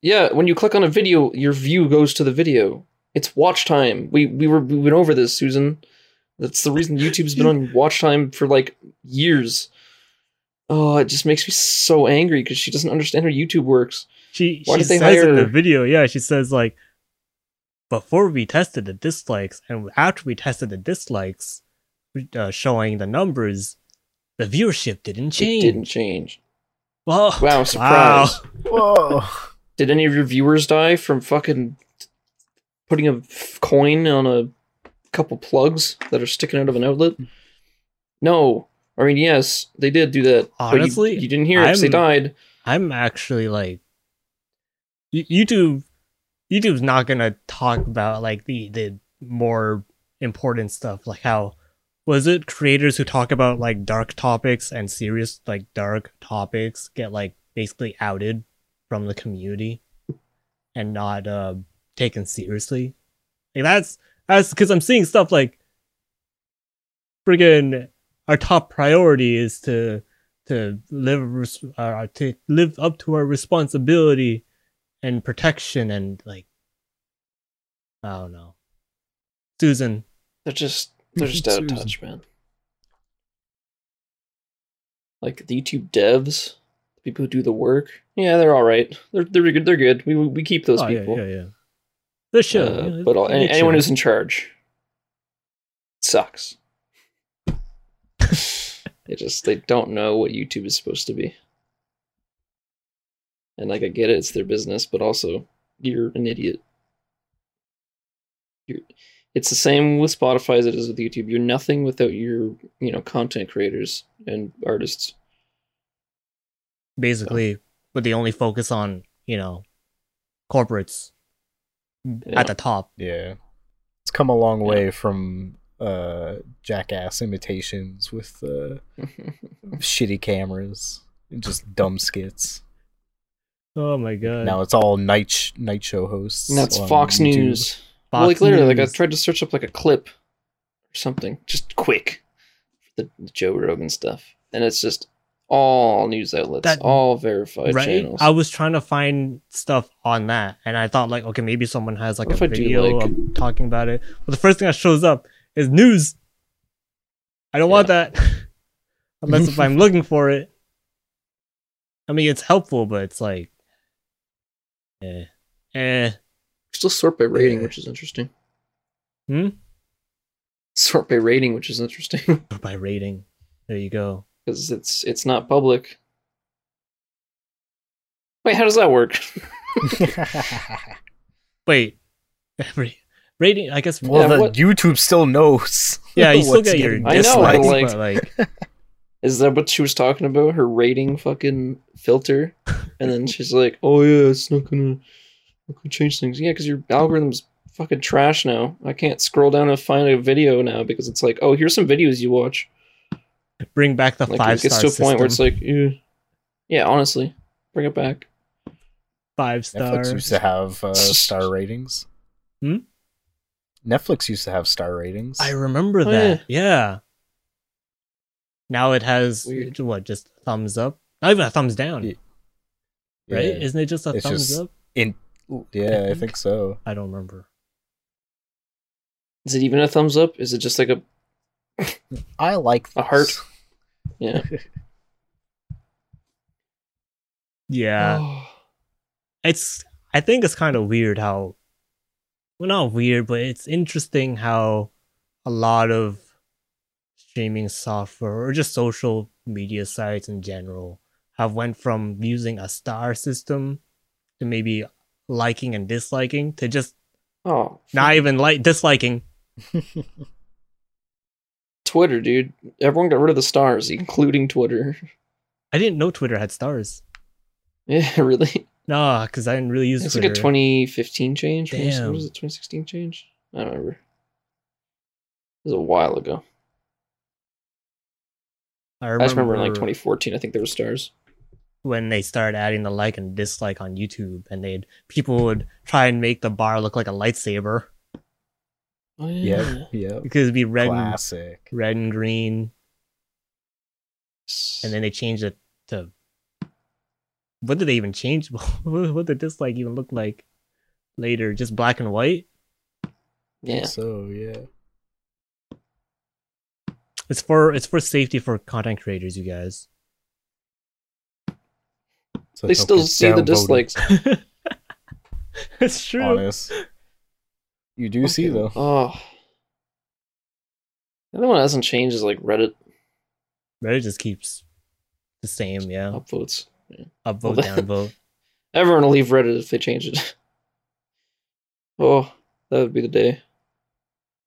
S5: yeah, when you click on a video, your view goes to the video. It's watch time. We we were we went over this, Susan. That's the reason YouTube's been on watch time for like years. Oh, it just makes me so angry because she doesn't understand how YouTube works.
S4: she
S5: why
S4: she
S5: did they
S4: says in the
S5: hire-
S4: video, yeah, she says like before we tested the dislikes and after we tested the dislikes, uh, showing the numbers, the viewership didn't
S5: It
S4: change.
S5: didn't change.
S4: Well,
S5: Wow, surprise.
S2: whoa.
S5: Did any of your viewers die from fucking putting a f- coin on a couple plugs that are sticking out of an outlet? No. I mean, yes, they did do that. but you-
S4: Honestly,
S5: you, didn't hear it 'cause they
S4: I'm-
S5: died.
S4: I'm actually like Y- YouTube YouTube's not going to talk about like the the more important stuff like how was it creators who talk about like dark topics and serious like dark topics get like basically outed from the community and not uh taken seriously? Like that's that's cuz I'm seeing stuff like friggin' our top priority is to to live res- uh, to live up to our responsibility and protection and like I don't know. Susan,
S5: They're just they're just out of touch, man. Like the YouTube devs, the people who do the work. Yeah, they're all right. They're they're good. They're good. We we keep those
S4: oh, yeah,
S5: people.
S4: yeah, yeah. The show,
S5: Uh,
S4: yeah,
S5: but all,
S4: they
S5: any-
S4: chill.
S5: anyone who's in charge sucks. they just they don't know what YouTube is supposed to be. And like I get it, it's their business, but also you're an idiot. You're, it's the same with Spotify as it is with YouTube. You're nothing without your you know content creators and artists.
S4: basically, but they only focus on you know corporates
S5: Yeah.
S4: at the top.
S2: Yeah. It's come a long way from uh jackass imitations with uh shitty cameras and just dumb skits.
S4: Oh my god!
S2: Now it's all night sh- night show hosts.
S5: And that's
S2: on
S5: Fox
S2: YouTube.
S5: News. Well,
S4: Fox
S5: like literally, like I
S4: News.
S5: tried to search up like a clip or something, just quick, the, the Joe Rogan stuff, and it's just all news outlets,
S4: That-
S5: all verified
S4: right?
S5: channels.
S4: I was trying to find stuff on that, and I thought like, okay, maybe someone has like
S5: What if
S4: a
S5: I do,
S4: video
S5: like-
S4: of talking about it. But the first thing that shows up is news. I don't want that unless if I'm looking for it. I mean, it's helpful, but it's like, eh, eh.
S5: Still sort by rating,
S2: Yeah.
S5: which is interesting.
S4: Hmm?
S5: Sort by rating, which is interesting
S4: By rating, there you go.
S5: because it's it's not public. Wait, how does that work?
S4: Wait, every rating. I guess.
S2: well,
S5: Yeah,
S2: the
S5: what-
S2: YouTube still knows.
S4: yeah, you still
S2: what's
S4: get your
S2: getting
S5: I know,
S4: dislikes,
S5: but, like-
S4: but like,
S5: Is that what she was talking about? Her rating fucking filter? And then she's like, oh yeah, it's not gonna, not gonna change things. Yeah, because your algorithm's fucking trash now. I can't scroll down and find a video now because it's like, oh, here's some videos you watch.
S4: bring back the
S5: Like
S4: five
S5: it gets
S4: star
S5: to a point where it's
S4: system.
S5: like, yeah, yeah, honestly, bring it back.
S4: five star.
S2: Netflix used to have uh, star ratings.
S4: Hmm?
S2: Netflix used to have star ratings.
S4: I remember
S5: Oh,
S4: that. Yeah. Now it has
S5: Weird.
S4: what? Just thumbs up? Not even a thumbs down,
S2: Yeah.
S4: right?
S2: Yeah.
S4: Isn't it just a
S2: It's
S4: thumbs
S2: just-
S4: up?
S2: in Yeah, I think so.
S4: I don't remember.
S5: Is it even a thumbs up? Is it just like a
S2: I like
S5: A heart.
S2: this.
S5: yeah? Oh.
S4: Yeah. it's I think it's kind of weird how well not weird, but it's interesting how a lot of streaming software or just social media sites in general have went from using a star system to maybe liking and disliking to just
S5: oh,
S4: not even like disliking.
S5: Twitter, dude. Everyone got rid of the stars, including Twitter.
S4: I didn't know Twitter had stars.
S5: Yeah, really.
S4: Nah, because I didn't really use
S5: It's like
S4: Twitter.
S5: a 2015 change. What was- what
S4: Damn.
S5: was it? 2016 change? I don't remember. It was a while ago.
S4: I
S5: I
S4: remember,
S5: just remember in like 2014, I think there were stars.
S4: when they started adding the like and dislike on YouTube, and they'd people would try and make the bar look like a lightsaber.
S5: Oh,
S2: Yep, yep.
S4: because it'd be red and,
S2: Classic.
S4: red and green and
S5: And
S4: then they changed it to what did they even change what what did this like even look like later just black and white
S5: yeah.
S2: So yeah.
S4: it's for it's for safety for content creators you guys
S2: So
S5: They
S2: don't
S5: still
S2: get
S5: see the
S2: downvoted,
S5: dislikes.
S4: it's true
S2: Honest. You do see though.
S5: Oh. The other one that hasn't changed is like Reddit
S4: reddit just keeps the same yeah
S5: upvotes.
S4: upvote
S5: that-
S4: downvote
S5: Everyone will leave Reddit if they change it. Oh, that would be the day.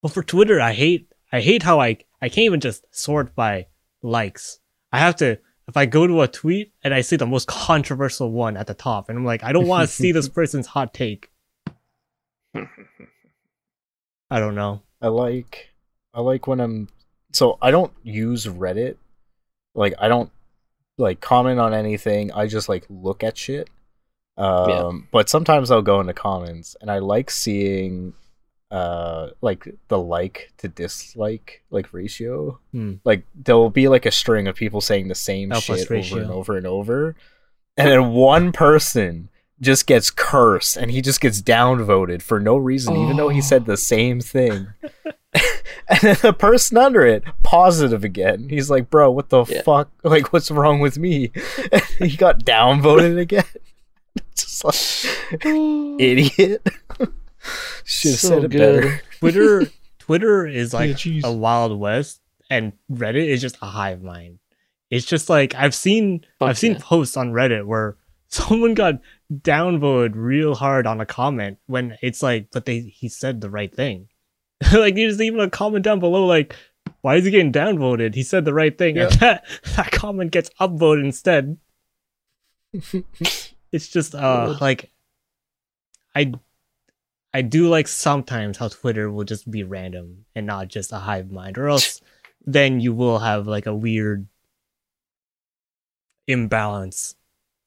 S4: well for twitter i hate i hate how i i can't even just sort by likes i have to if i go to a tweet and i see the most controversial one at the top and i'm like i don't want to see this person's hot take i don't know
S2: I like I like when I'm so I don't use Reddit. Like I don't like comment on anything. I just like look at shit. Um but sometimes I'll go into comments and I like seeing uh like the like to dislike like ratio.
S4: Hmm.
S2: Like there'll be like a string of people saying the same
S4: Alpha
S2: shit over
S4: ratio.
S2: and over and over. And then one person just gets cursed and he just gets downvoted for no reason, even though he
S5: Oh.
S2: said the same thing. and then the person under it, positive again. He's like, bro, what the
S5: Yeah.
S2: fuck? Like, what's wrong with me? he got downvoted again. just like, idiot. Should have
S5: So
S2: said it
S5: good.
S2: better.
S4: twitter twitter is like
S5: jeez.
S4: a wild west and reddit is just a hive mind it's just like i've seen
S5: Fuck
S4: i've seen
S5: yeah.
S4: posts on reddit where someone got downvoted real hard on a comment when it's like but they he said the right thing like there's even a comment down below like why is he getting downvoted he said the right thing and that, that comment gets upvoted instead it's just uh
S5: Good.
S4: like i i do like sometimes how twitter will just be random and not just a hive mind or else then you will have like a weird imbalance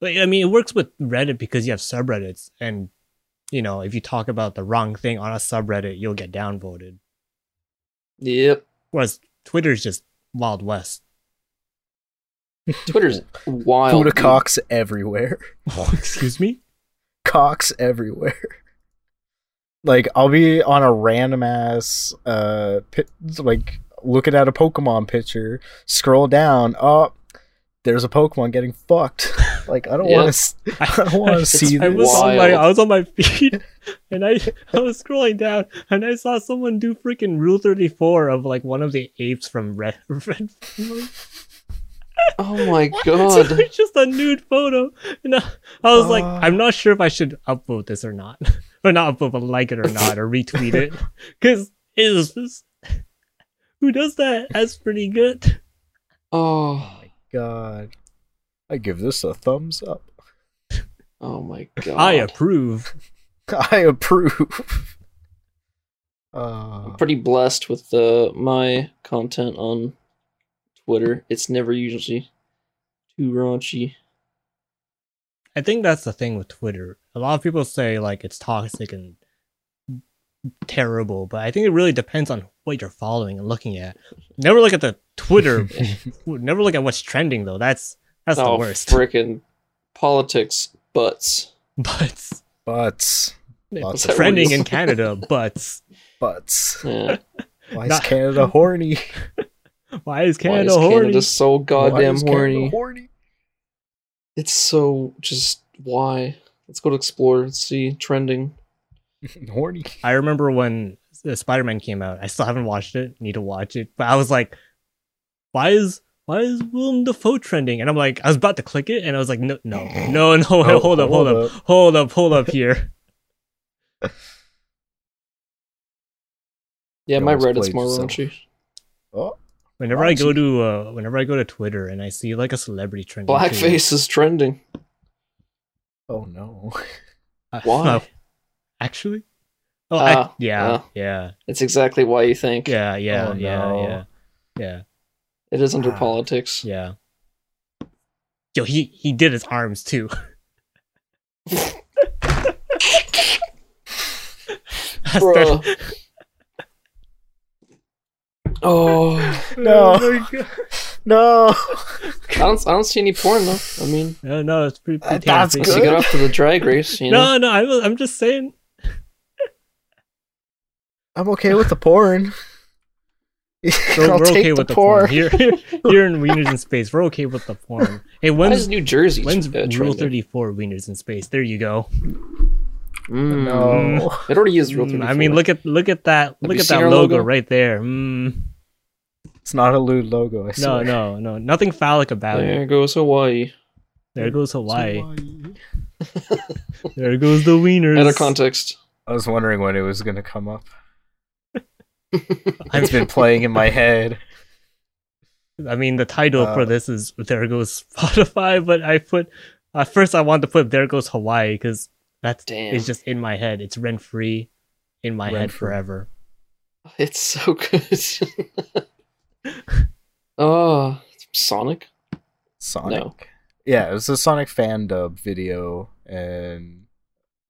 S4: but i mean it works with reddit because you have subreddits and you know if you talk about the wrong thing on a subreddit you'll get downvoted
S5: Yep.
S4: whereas twitter's just wild west
S5: Twitter's wild.
S2: Buddha
S5: dude.
S2: cocks everywhere.
S4: excuse me
S2: cocks everywhere. Like I'll be on a random ass uh pi- like looking at a Pokemon picture, scroll down, oh, there's a Pokemon getting fucked. Like I don't
S5: Yeah.
S2: want to I don't want to see
S4: I
S2: this.
S4: was on my
S5: Wild.
S4: I was on my feed and I I was scrolling down and I saw someone do freaking Rule Thirty Four of like one of the apes from Red Red.
S5: Oh my
S4: So
S5: god.
S4: it's just a nude photo, and I, I was like,
S2: Ah.
S4: I'm not sure if I should upvote this or not, or not upvote, but like it or not, or retweet it, because it was just, who does that? That's pretty good.
S5: Oh.
S2: God. I give this a thumbs up.
S5: Oh my god.
S4: I approve.
S2: I approve. Uh,
S5: I'm pretty blessed with uh, my content on Twitter. It's never usually too raunchy.
S4: I think that's the thing with Twitter. A lot of people say like it's toxic and terrible, but I think it really depends on what you're following and looking at. Never look at the Twitter. never look at what's trending Oh, though. That's that's the
S5: oh,
S4: worst.
S5: Frickin' politics butts.
S4: but
S2: Butts.
S5: Yeah,
S2: Lots
S5: what's
S2: of
S5: that
S4: Trending
S5: word?
S4: in Canada, but
S2: Butts.
S5: Yeah.
S2: Why is
S4: Not-
S2: Canada horny?
S4: why is
S5: Why
S4: Canada
S5: is
S4: horny?
S5: Canada so
S2: Why
S5: goddamn
S2: is Canada
S5: horny?
S2: horny?
S5: It's so just why? Let's go to explore and see trending.
S2: horny.
S4: I remember when Spider Man came out. I still haven't watched it. Need to watch it. But I was like, why is why is Willem Dafoe trending? And I'm like, I was about to click it, and I was like, no, no, no, no,
S2: Oh,
S4: hold up, hold up, hold up, hold up here.
S5: Yeah,
S2: He
S5: my
S2: almost
S5: Reddit's
S2: played
S5: more
S2: himself.
S5: raunchy.
S2: Oh,
S4: Whenever I go to uh, whenever I go to Twitter and I see like a celebrity trending, too,
S5: Blackface is trending.
S2: oh no.
S4: I-
S5: Why?
S4: uh, oh, actually, oh, I-
S5: Ah,
S4: yeah,
S5: ah.
S4: yeah,
S5: It's exactly why you think.
S4: yeah, yeah,
S2: Oh,
S4: yeah,
S2: no.
S4: yeah, yeah,
S5: It is under
S2: Ah.
S5: politics.
S4: yeah. Yo, he he did his arms too. That's
S5: Bruh.
S4: the-
S5: Oh,
S2: No.
S4: Oh my God.
S2: No.
S5: I don't, I don't see any porn though. I mean,
S4: No, no, it's pretty. pretty
S2: That's
S4: tasty.
S5: unless you get off to the drag race, you know.
S4: No, no, I was, I'm just saying.
S2: I'm okay with the porn.
S4: We're,
S2: I'll
S4: we're
S2: take
S4: okay with the porn. Here, here, here in Wieners in Space, we're okay with the porn. Hey,
S5: Why is
S4: when's
S5: New Jersey
S4: when's
S5: uh,
S4: Rule
S5: trending?
S4: Thirty Four Wieners in Space? There you go. Hmm.
S5: Mm.
S2: No.
S5: It already is Rule
S4: Mm,
S5: 34.
S4: I mean, look at look at that look
S5: you
S4: at
S5: seen
S4: that
S5: our
S4: logo,
S5: logo?
S4: right there. Mm,
S2: It's not a lewd logo. I
S4: no,
S2: swear.
S4: no, no, nothing phallic about it.
S5: There goes Hawaii.
S4: There goes Hawaii.
S2: Hawaii.
S4: There goes the wieners.
S5: Out of context.
S2: I was wondering when it was gonna come up. It's been playing in my head.
S4: I mean, the title
S2: Uh,
S4: for this is "There Goes Spotify," but I put uh, first I wanted to put "There Goes Hawaii" because that's
S5: Damn.
S4: it's just in my head. It's rent free in my head
S2: Rent-free.
S4: forever.
S5: It's so good. oh, Sonic?
S2: Sonic. Yeah, it was a Sonic fan dub video, and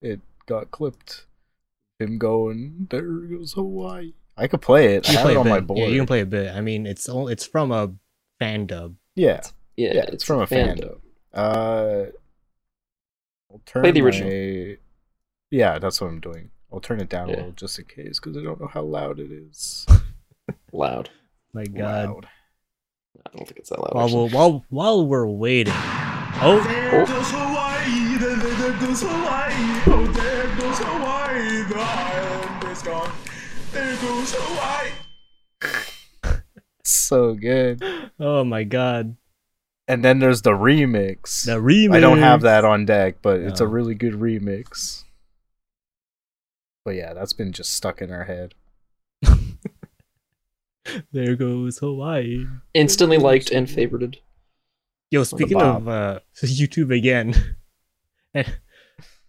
S2: it got clipped. Him going, there goes Hawaii. I could play it.
S4: You
S2: I have
S4: play
S2: it
S4: a
S2: on
S4: bit.
S2: my board.
S4: Yeah, you can play a bit. I mean, it's all, it's from a fan dub.
S2: yeah,
S5: Yeah,
S2: yeah, it's, from a fan
S5: fandom.
S2: dub. Uh, I'll turn
S5: Play the original.
S2: my- Yeah, that's what I'm doing. I'll turn it down
S5: Yeah.
S2: a little just in case because I don't know how loud it is.
S5: Loud.
S4: My God.
S2: Loud.
S5: I don't think it's that loud.
S4: While
S5: actually.
S4: we're, while while we're waiting, oh,
S1: There goes Hawaii, there, there, there goes Hawaii, oh there goes Hawaii, the island is gone. There goes Hawaii.
S2: So good.
S4: oh my God,
S2: And then there's the remix.
S4: the remix.
S2: I don't have that on deck, but it's a
S4: No.
S2: really good remix. But yeah, that's been just stuck in our head.
S4: There goes Hawaii.
S5: Instantly liked and favorited.
S4: Yo, speaking
S2: Bob.
S4: of uh, YouTube again,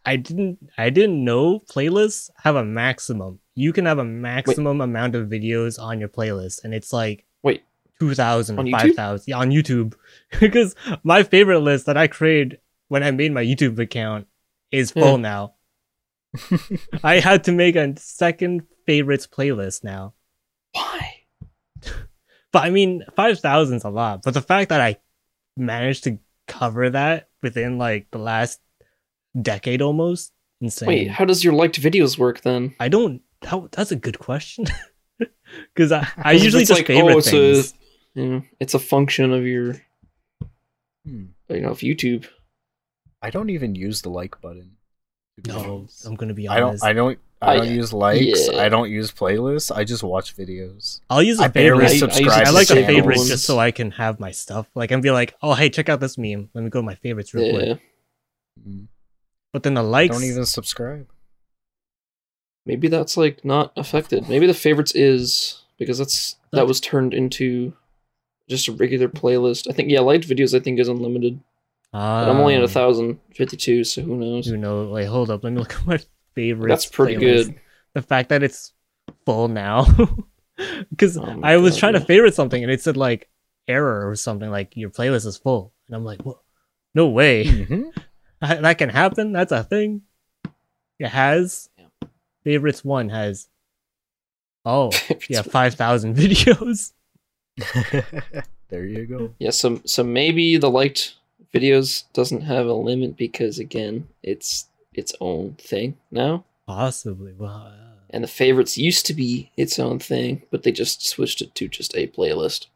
S4: I didn't I didn't know playlists have a maximum. You can have a maximum amount of videos on your playlist, and it's like
S5: Wait.
S4: 2,000,
S5: On YouTube?
S4: 5,000 yeah, on YouTube. because my favorite list that I created when I made my YouTube account is full now. I had to make a second favorites playlist now.
S5: Why?
S4: But I mean, 5,000 is a lot. But the fact that I managed to cover that within like the last decade almost, insane.
S5: Wait, how does your liked videos work then?
S4: I don't. How, that's a good question. Because I, I
S5: 'Cause if
S4: usually
S5: it's
S4: just
S5: like,
S4: favorite
S5: oh, it's a-
S4: things.
S5: You know, it's a function of your,
S2: Hmm.
S5: you know, of YouTube.
S2: I don't even use the like button. to be
S4: No,
S2: honest.
S4: I'm going to be
S2: I don't.
S4: honest. I
S2: I don't. I
S5: I-
S2: don't use likes.
S5: yeah.
S2: I don't use playlists. I just watch videos.
S4: will use a
S2: I barely
S4: favorite.
S5: I- I
S2: subscribe.
S5: usually
S4: I
S2: to
S4: like the
S5: save the
S4: favorites
S5: ones.
S4: just so I can have my stuff. Like, and be like, oh, hey, check out this meme. Let me go to my favorites real
S5: Yeah,
S4: quick. Hmm. But then the
S2: I
S4: likes. uh,
S2: don't even subscribe.
S5: maybe that's like not affected. Maybe the favorites is because that's that was turned into just a regular playlist. I think yeah, liked videos I think is unlimited. But I'm only at
S4: Ah,
S5: a thousand fifty two, so who knows?
S4: You know, like, hold up. Let me look at my favorites.
S5: That's pretty
S4: playlist.
S5: good.
S4: the fact that it's full now because
S5: Oh my
S4: i was
S5: God,
S4: trying to
S5: yeah.
S4: favorite something and it said like error or something like your playlist is full and i'm like what no way
S5: Mm-hmm.
S2: hmm
S4: that can happen that's a thing it has favorites one has oh yeah 5000 videos
S2: there you go.
S5: Yeah, so so maybe the liked videos doesn't have a limit because again, it's its own thing now.
S4: Possibly. Well, uh,
S5: And the favorites used to be its own thing, but they just switched it to just a playlist.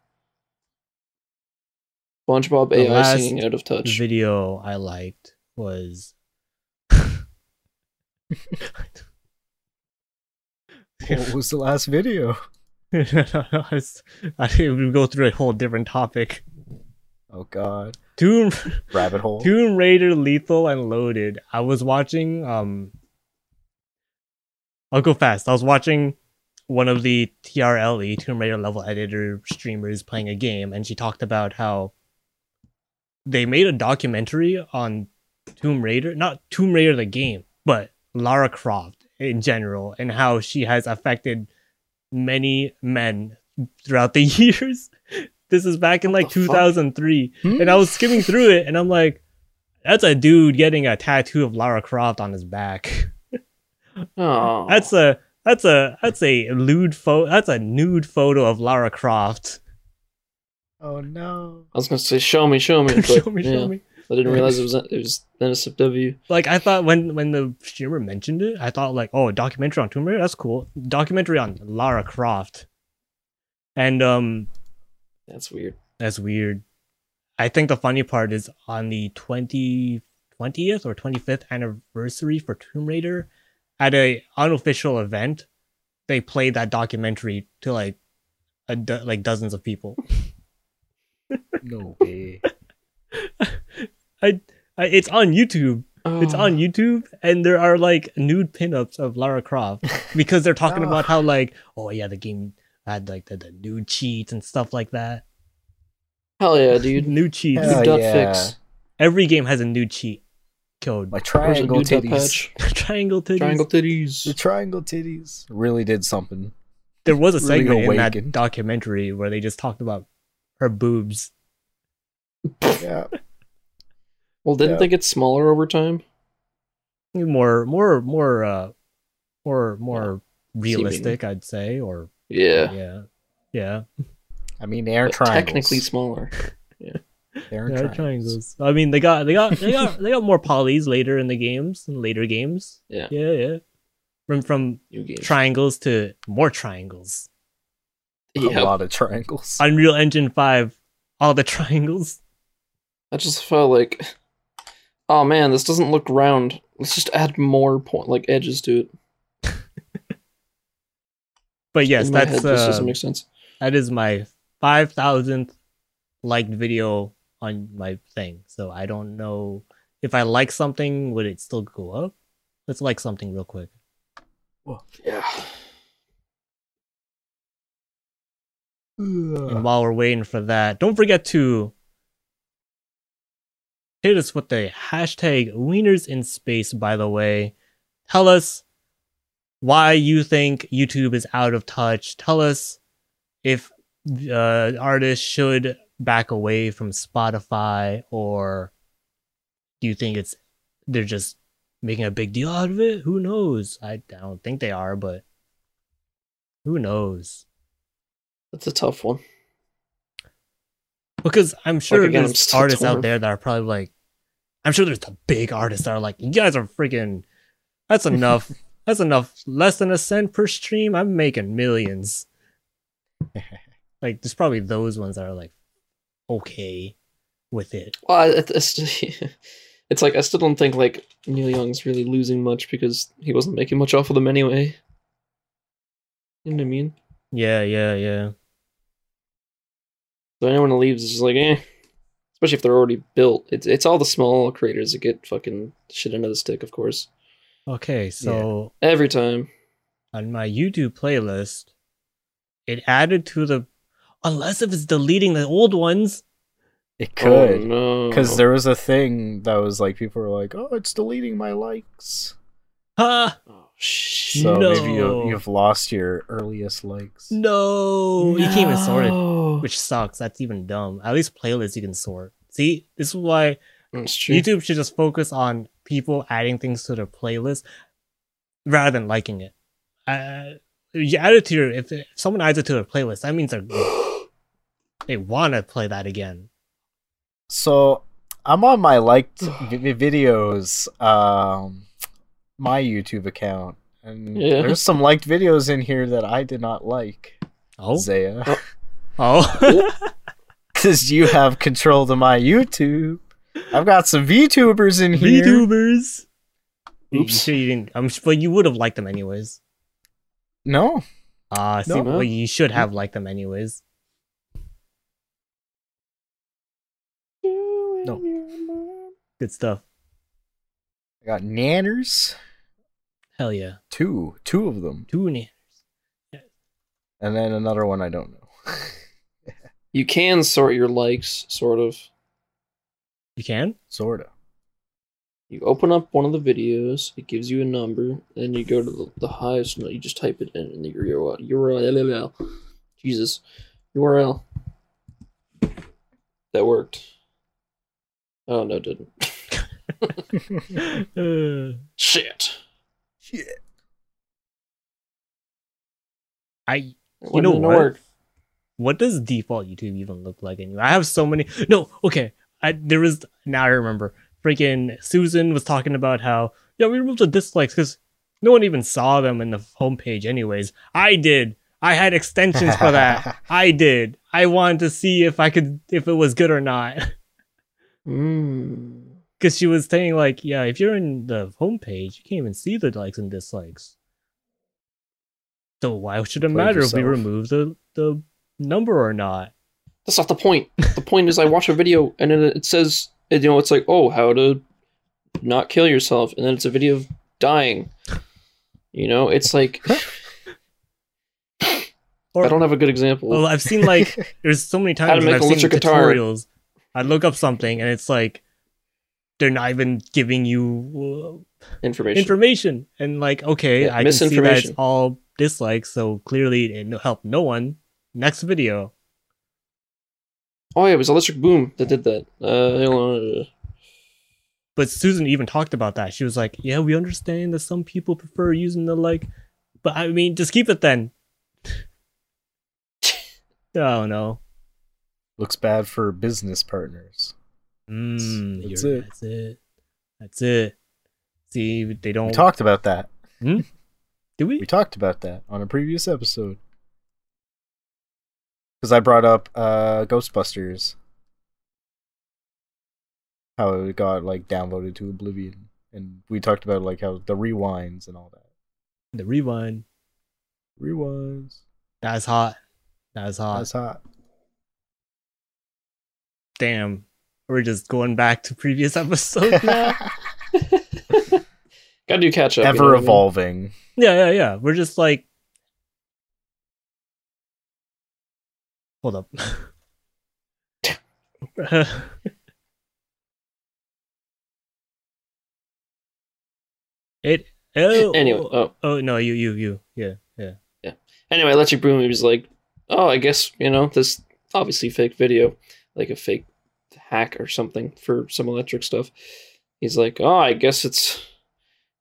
S5: SpongeBob
S4: The
S5: AI
S4: last
S5: singing out of touch.
S4: video I liked was.
S2: What was the last video?
S4: I was- I didn't even go through a whole different topic.
S2: Oh god.
S4: Tomb
S2: Rabbit hole.
S4: Tomb Raider Lethal and Loaded. I was watching um I'll go fast. I was watching one of the TRLE E, Tomb Raider level editor streamers playing a game and she talked about how they made a documentary on Tomb Raider, not Tomb Raider the game, but Lara Croft in general and how she has affected many men throughout the years. This is back in like
S5: the fuck?
S4: 2003
S2: Hmm?
S4: and I was skimming through it, and I'm like, that's a dude getting a tattoo of Lara Croft on his back.
S5: Oh,
S4: That's a that's a that's a lewd photo. That's a nude photo of Lara Croft.
S2: Oh no.
S5: I was gonna say show me, show me, but
S4: show me,
S5: yeah,
S4: show me.
S5: I didn't realize it was it was NSFW.
S4: Like I thought when when the streamer mentioned it, I thought like, oh, a documentary on Tomb Raider, that's cool. Documentary on Lara Croft, and um,
S5: That's weird.
S4: That's weird. I think the funny part is on the 20, 20th or 25th anniversary for Tomb Raider, at a unofficial event, they played that documentary to like a do- like dozens of people.
S2: No way.
S4: I, it's on YouTube. It's
S5: Oh.
S4: on YouTube, and there are like nude pinups of Lara Croft because they're talking
S2: Oh.
S4: about how like oh yeah the game had like the, the nude cheats and stuff like that.
S5: Hell yeah, dude.
S4: Nude cheats.
S5: New
S2: Hell
S5: duck
S2: yeah.
S5: fix.
S4: Every game has a nude cheat code.
S2: My
S5: Where's a
S2: triangle
S5: new duck
S2: titties.
S5: patch?
S4: triangle titties.
S5: Triangle
S2: The
S5: titties.
S2: triangle titties really did something.
S4: there was a
S2: Really
S4: segment in that
S2: awakened.
S4: documentary where they just talked about her boobs.
S2: Yeah.
S5: Well, didn't
S2: Yeah.
S5: they get smaller over time?
S4: More, more, more, uh, more, more realistic, I'd say. Or
S5: Yeah.
S4: yeah, yeah.
S2: I mean, they are
S5: But
S2: triangles.
S5: technically smaller.
S2: they are
S4: There are
S2: triangles.
S4: triangles. I mean, they got, they got, they got, they got more polys later in the games, in later games.
S5: Yeah.
S4: yeah, yeah. From from
S5: New game.
S4: triangles to more triangles.
S2: A
S5: yeah.
S2: lot of triangles.
S4: Unreal Engine Five, all the triangles.
S5: I just felt like, oh man, this doesn't look round. Let's just add more point, like edges to it.
S4: But yes,
S5: In my
S4: that's
S5: head, this
S4: uh,
S5: doesn't make sense.
S4: That is my 5,000th liked video on my thing. So I don't know if I like something, would it still go up? Let's like something real quick.
S5: Yeah.
S4: And while we're waiting for that, don't forget to hit us with the hashtag wieners in space, by the way. Tell us why you think YouTube is out of touch. Tell us if uh, artists should back away from Spotify or do you think it's they're just making a big deal out of it? Who knows? I don't think they are, but who knows?
S5: That's a tough one.
S4: Because I'm sure
S5: again, I'm
S4: there's
S5: still
S4: artists out
S5: torn.
S4: there that are probably like, I'm sure there's the big artists that are like, you guys are freaking, that's enough. that's enough. Less than a cent per stream. I'm making millions. like, there's probably those ones that are like, okay with it.
S5: Well, I- it- it's, it's like I still don't think like Neil Young's really losing much because he wasn't making much off of them anyway. You know what I mean?
S4: Yeah, yeah, yeah.
S5: So anyone who leaves is just like, eh. Especially if they're already built. It's it's all the small creators that get fucking shit under the stick, of course.
S4: Okay, so
S5: Every time.
S4: on my YouTube playlist, it added to the, unless if it's deleting the old ones.
S2: It
S5: Oh,
S2: could.
S5: no.
S2: Because there was a thing that was like, people were like, oh, it's deleting my likes.
S4: Ha!
S5: Oh, shit.
S2: So
S4: No.
S2: maybe you, you've lost your earliest likes.
S4: no, Oh, you can't even sort it.
S5: No.
S4: which sucks. That's even dumb. At least playlists you can sort. See, this is why
S5: That's Mm, true.
S4: YouTube should just focus on people adding things to their playlist rather than liking it. Uh, you add it to your if, if someone adds it to their playlist, that means they're, they want to play that again.
S2: So I'm on my liked vi- videos um, my YouTube account, and
S5: Yeah.
S2: there's some liked videos in here that I did not like,
S4: Oh,
S2: Zaya,
S4: oh,
S2: because you have control to my YouTube. I've got some VTubers in here.
S4: VTubers. You
S5: Oops.
S4: sure you didn't? I'm sure you would have liked them anyways.
S2: No,
S4: Ah, see,
S5: No.
S4: well, you should have liked them anyways. Good stuff.
S2: I got nanners.
S4: Hell yeah.
S2: Two, two of them,
S4: Two in it.
S2: and then another one I don't know.
S5: You can sort your likes, sort of.
S4: You can?
S2: Sorta.
S5: You open up one of the videos, it gives you a number, then you go to the, the highest, no, you just type it in, in the URL. URL. Jesus. URL. That worked. Oh, no, it didn't.
S4: Uh,
S5: Shit.
S4: I.
S5: Why
S4: know
S5: didn't it
S4: what?
S5: work?
S4: What does default YouTube even look like anyway? I have so many. No, okay. I there was now I remember. Freaking Susan was talking about how yeah we removed the dislikes because no one even saw them in the homepage anyways. I did. I had extensions for that. I did. I wanted to see if I could if it was good or not. Hmm.
S5: Mm.
S4: because she was saying like, yeah, if you're in the homepage, you can't even see the likes and dislikes. So why should it
S2: Played
S4: matter if we
S2: yourself.
S4: remove the the number or not?
S5: That's not the point. The point is, I watch a video and then it says, you know, it's like, oh, how to not kill yourself, and then it's a video of dying. You know, it's like
S4: Or
S5: I don't have a good example.
S4: well, I've seen like there's so many
S5: to
S4: times when
S5: make
S4: I've
S5: an
S4: seen
S5: electric guitar.
S4: tutorials. I look up something and it's like they're not even giving you uh,
S5: information.
S4: information, and like okay,
S5: Yeah,
S4: I can see that it's
S5: misinformation.
S4: all dislikes, so clearly it helped no one. Next video,
S5: oh yeah, it was Electric Boom that did that. Uh, you know, uh,
S4: but Susan even talked about that. She was like, "Yeah, we understand that some people prefer using the like, but I mean, just keep it then." Oh, I don't know.
S2: Looks bad for business partners.
S4: Mm,
S2: That's
S4: you're-
S2: it.
S4: That's it. That's it. See, they don't
S2: We talked about that.
S4: Do we?
S2: We talked about that on a previous episode. Because I brought up uh, Ghostbusters. How it got like downloaded to Oblivion. And we talked about like how the rewinds and all that.
S4: the rewind.
S2: Rewinds.
S4: That's hot. That's hot.
S2: That's hot.
S4: Damn. We're just going back to previous episodes now.
S5: gotta do catch up. you know
S2: Ever
S5: what I mean?
S2: evolving.
S4: yeah, yeah, yeah. We're just like. Hold up. it. Oh,
S5: Anyway,
S4: Oh,
S5: oh,
S4: no, you, you, you. Yeah, yeah.
S5: anyway, Electric Boom. He was like, oh, I guess you know this obviously fake video, like a fake hack or something for some electric stuff. He's like, oh, I guess it's,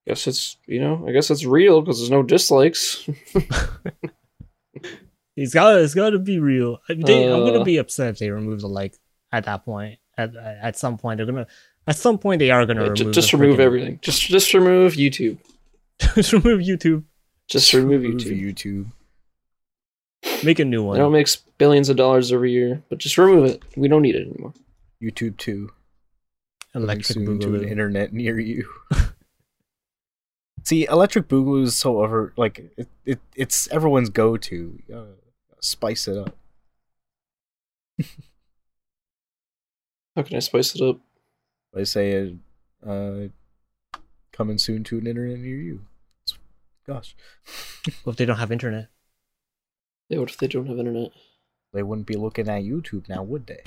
S5: guess it's you know, I guess it's real because there's no dislikes.
S4: It's got. It's got to be real. I they, I'm
S5: Uh.
S4: gonna be upset if they remove the like at that point. At at at some point, they're gonna. At some point, they are gonna
S5: Yeah,
S4: remove.
S5: ju-
S4: the
S5: just remove
S4: freaking-
S5: everything. Just just remove YouTube.
S4: just remove YouTube.
S5: Just remove
S2: Move
S5: YouTube.
S2: YouTube.
S4: Make a new
S5: I know it
S4: one.
S5: makes billions of dollars every year, but just remove it. We don't need it anymore.
S2: YouTube 2. coming
S4: Electric
S2: soon to an
S4: Boogaloo.
S2: internet near you. See, Electric Boogaloo is so over like it, it it's everyone's go to. Spice it up.
S5: How can I spice it up?
S2: They say uh, uh coming soon to an internet near you. It's- Gosh,
S4: Well, if they don't have internet,
S5: Yeah, what if they don't have internet?
S2: they wouldn't be looking at YouTube now, would they?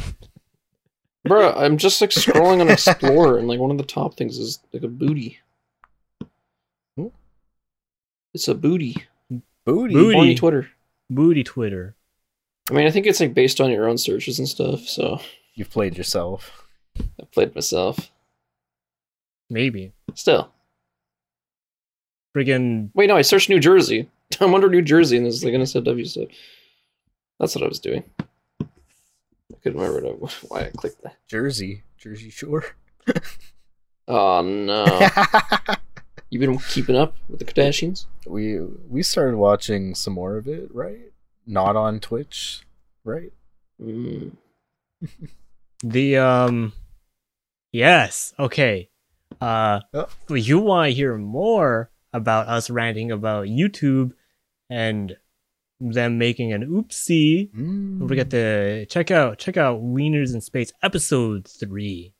S5: Bruh, I'm just like scrolling on Explorer, and like one of the top things is like a booty. Hmm?
S2: Who?
S5: It's a booty.
S2: Booty.
S4: Booty.
S5: On Twitter.
S4: booty Twitter.
S5: I mean, I think it's like based on your own searches and stuff. So
S2: You've played yourself.
S5: I played myself.
S4: Maybe.
S5: Still,
S4: Friggin'
S5: wait, no, I searched New Jersey. I'm under New Jersey, and there's like an SFW stuff. That's what I was doing. I couldn't remember to- why I clicked that.
S2: Jersey. Jersey Shore.
S5: Oh no. You've been keeping up with the Kardashians?
S2: We we started watching some more of it, right? Not on Twitch, right?
S5: Mm.
S4: The um yes, okay. Uh
S2: Oh.
S4: if you want to hear more about us ranting about YouTube and them making an oopsie,
S2: Mm.
S4: don't forget to check out check out Wieners in Space episode 3.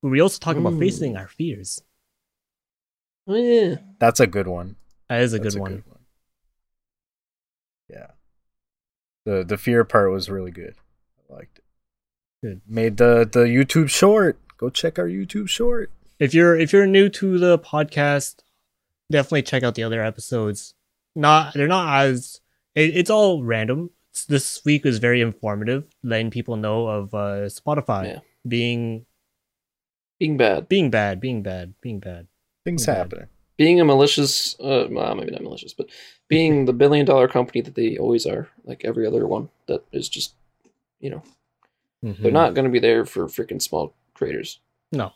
S4: Where we also talk about
S5: Mm.
S4: facing our fears.
S5: Oh yeah.
S2: That's a good one.
S4: That is a
S2: That's
S4: good one.
S2: Yeah. The the fear part was really good. I liked it.
S4: Good.
S2: Made the the YouTube short. Go check our YouTube short.
S4: if you're if you're new to the podcast definitely check out the other episodes not they're not as it, it's all random It's- this week was very informative letting people know of uh spotify
S5: Yeah.
S4: being
S5: Being bad.
S4: being bad being bad being bad
S2: Things
S4: Okay.
S2: happening.
S5: Being a malicious uh well, maybe not malicious, but being the billion dollar company that they always are, like every other one that is just you know, they're
S4: Mhm.
S5: not gonna be there for freaking small creators.
S4: no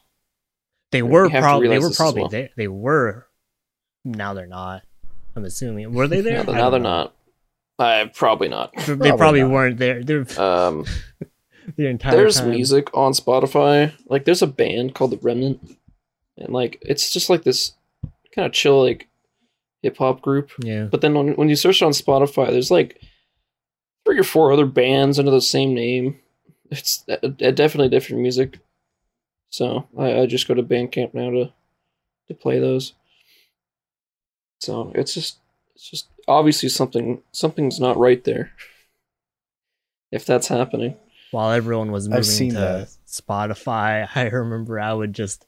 S4: they
S5: We
S4: were
S5: have to
S4: probably they
S5: realize
S4: were
S5: this as
S4: probably
S5: well.
S4: they, they were now they're not i'm assuming were they there
S5: Now, they're-
S4: I
S5: now
S4: don't
S5: they're
S4: know.
S5: not. Uh, probably not.
S4: they probably,
S2: Probably not.
S4: weren't there their,
S5: Um
S4: their entire
S5: there's
S4: time.
S5: music on Spotify. Like there's a band called The Remnant, and like it's just like this kind of chill like hip hop group.
S4: yeah
S5: But then when, when you search on Spotify, there's like three or four other bands under the same name. It's uh, uh, definitely different music. So I, I just go to Bandcamp now to to play those. So it's just it's just obviously something something's not right there. If that's happening.
S4: while everyone was moving
S2: seen
S4: to
S2: that.
S4: Spotify, I remember I would just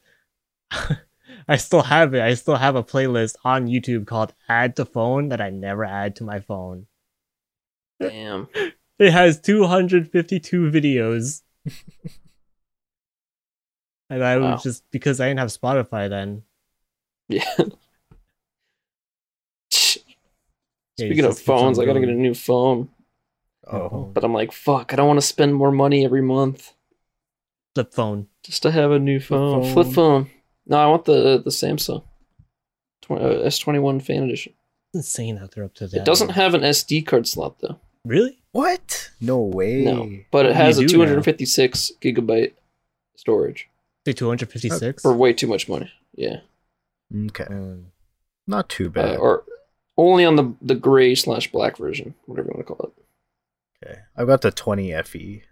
S4: I still have it. I still have a playlist on YouTube called Add to Phone that I never add to my phone.
S5: Damn.
S4: It has 252 videos. and I would
S5: Wow.
S4: just because I didn't have Spotify then.
S5: Yeah.
S4: Yeah,
S5: Speaking
S4: it's
S5: of
S4: just keeps on
S5: phones, I gotta get a
S4: going.
S5: new phone.
S2: Oh.
S5: But I'm like, fuck, I don't wanna spend more money every month
S4: flip phone.
S5: just to have a new phone.
S2: phone.
S5: Flip phone. No, I want the the Samsung. Tw- uh, S21 Fan Edition.
S4: It's insane that they're up to that.
S5: It doesn't have an SD card slot though.
S4: really.
S2: What? No way.
S5: No, but it
S4: What do you
S5: has a
S4: do now?
S5: 256 gigabyte storage
S4: Say 256.
S5: Uh, for way too much money. Yeah,
S2: Okay.
S4: Mm.
S2: Not too
S5: uh,
S2: bad.
S5: or only on the the gray slash black version, whatever you want to call it.
S2: okay. I've got the 20 FE.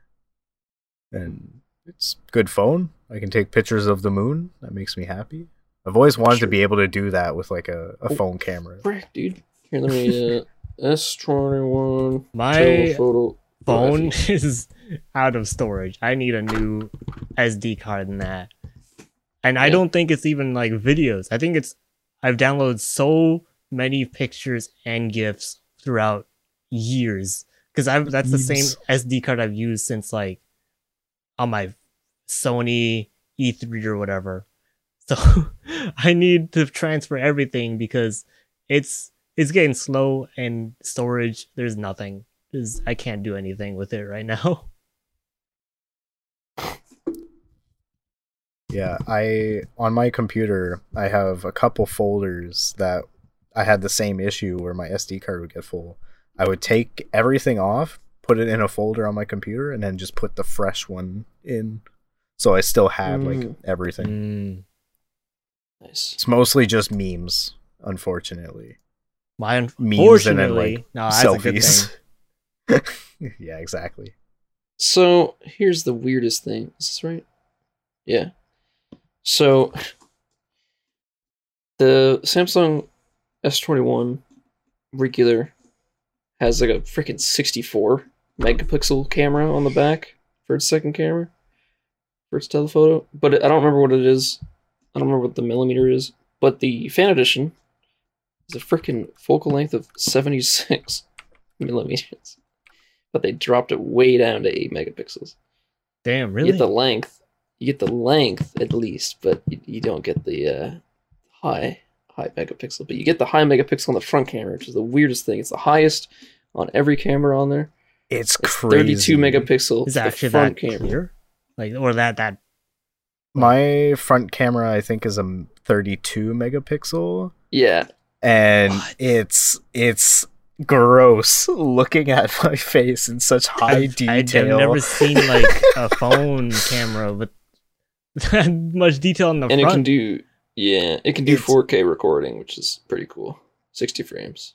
S2: And it's good phone. I can take pictures of the moon. That makes me happy. I've always wanted to
S5: Sure.
S2: be able to do that with like a, a
S5: Oh.
S2: phone camera.
S5: Frick, dude. Here, let me uh, S21
S4: My
S5: telephoto
S4: phone is out of storage. I need a new SD card in that. And I
S5: Yeah.
S4: don't think it's even like videos. I think it's I've downloaded so many pictures and GIFs throughout years because I've that's the same
S2: Years.
S4: SD card I've used since like on my Sony E3 or whatever. So I need to transfer everything because it's it's getting slow and storage. There's nothing. There's, I can't do anything with it right now.
S2: Yeah, I on my computer I have a couple folders that I had the same issue where my SD card would get full. I would take everything off, put it in a folder on my computer, and then just put the fresh one in. So I still have like
S5: Mm.
S2: everything. Mm.
S5: Nice.
S2: It's mostly just memes, unfortunately.
S4: My
S2: Memes and then,
S4: unfortunately, no, Ah, that's a good
S2: Selfies.
S4: thing.
S2: yeah, exactly.
S5: So here's the weirdest thing. Is this right? Yeah. So the Samsung S21 regular has like a freaking 64 megapixel camera on the back for its second camera, for its telephoto. But I don't remember what it is. I don't remember what the millimeter is. But the fan edition is a freaking focal length of 76 millimeters. But they dropped it way down to 8 megapixels.
S4: Damn,
S5: You
S4: really?
S5: get the length. You get the length at least, but you, you don't get the uh, high high megapixel. But you get the high megapixel on the front camera, which is the weirdest thing. It's the highest on every camera on there.
S2: It's,
S5: It's 32
S2: crazy.
S5: megapixel. for
S4: Is that
S5: the
S4: actually
S5: front
S4: that
S5: camera.
S4: clear? Like, or that that
S2: My front camera, I think, is a 32 megapixel
S5: Yeah.
S2: and
S4: What?
S2: it's it's gross looking at my face in such high
S4: I- I've
S2: detail.
S4: never seen like a phone camera with that much detail in the
S5: and it can
S4: front.
S5: do yeah, it can do
S2: It's-
S5: 4K recording, which is pretty cool. 60 frames.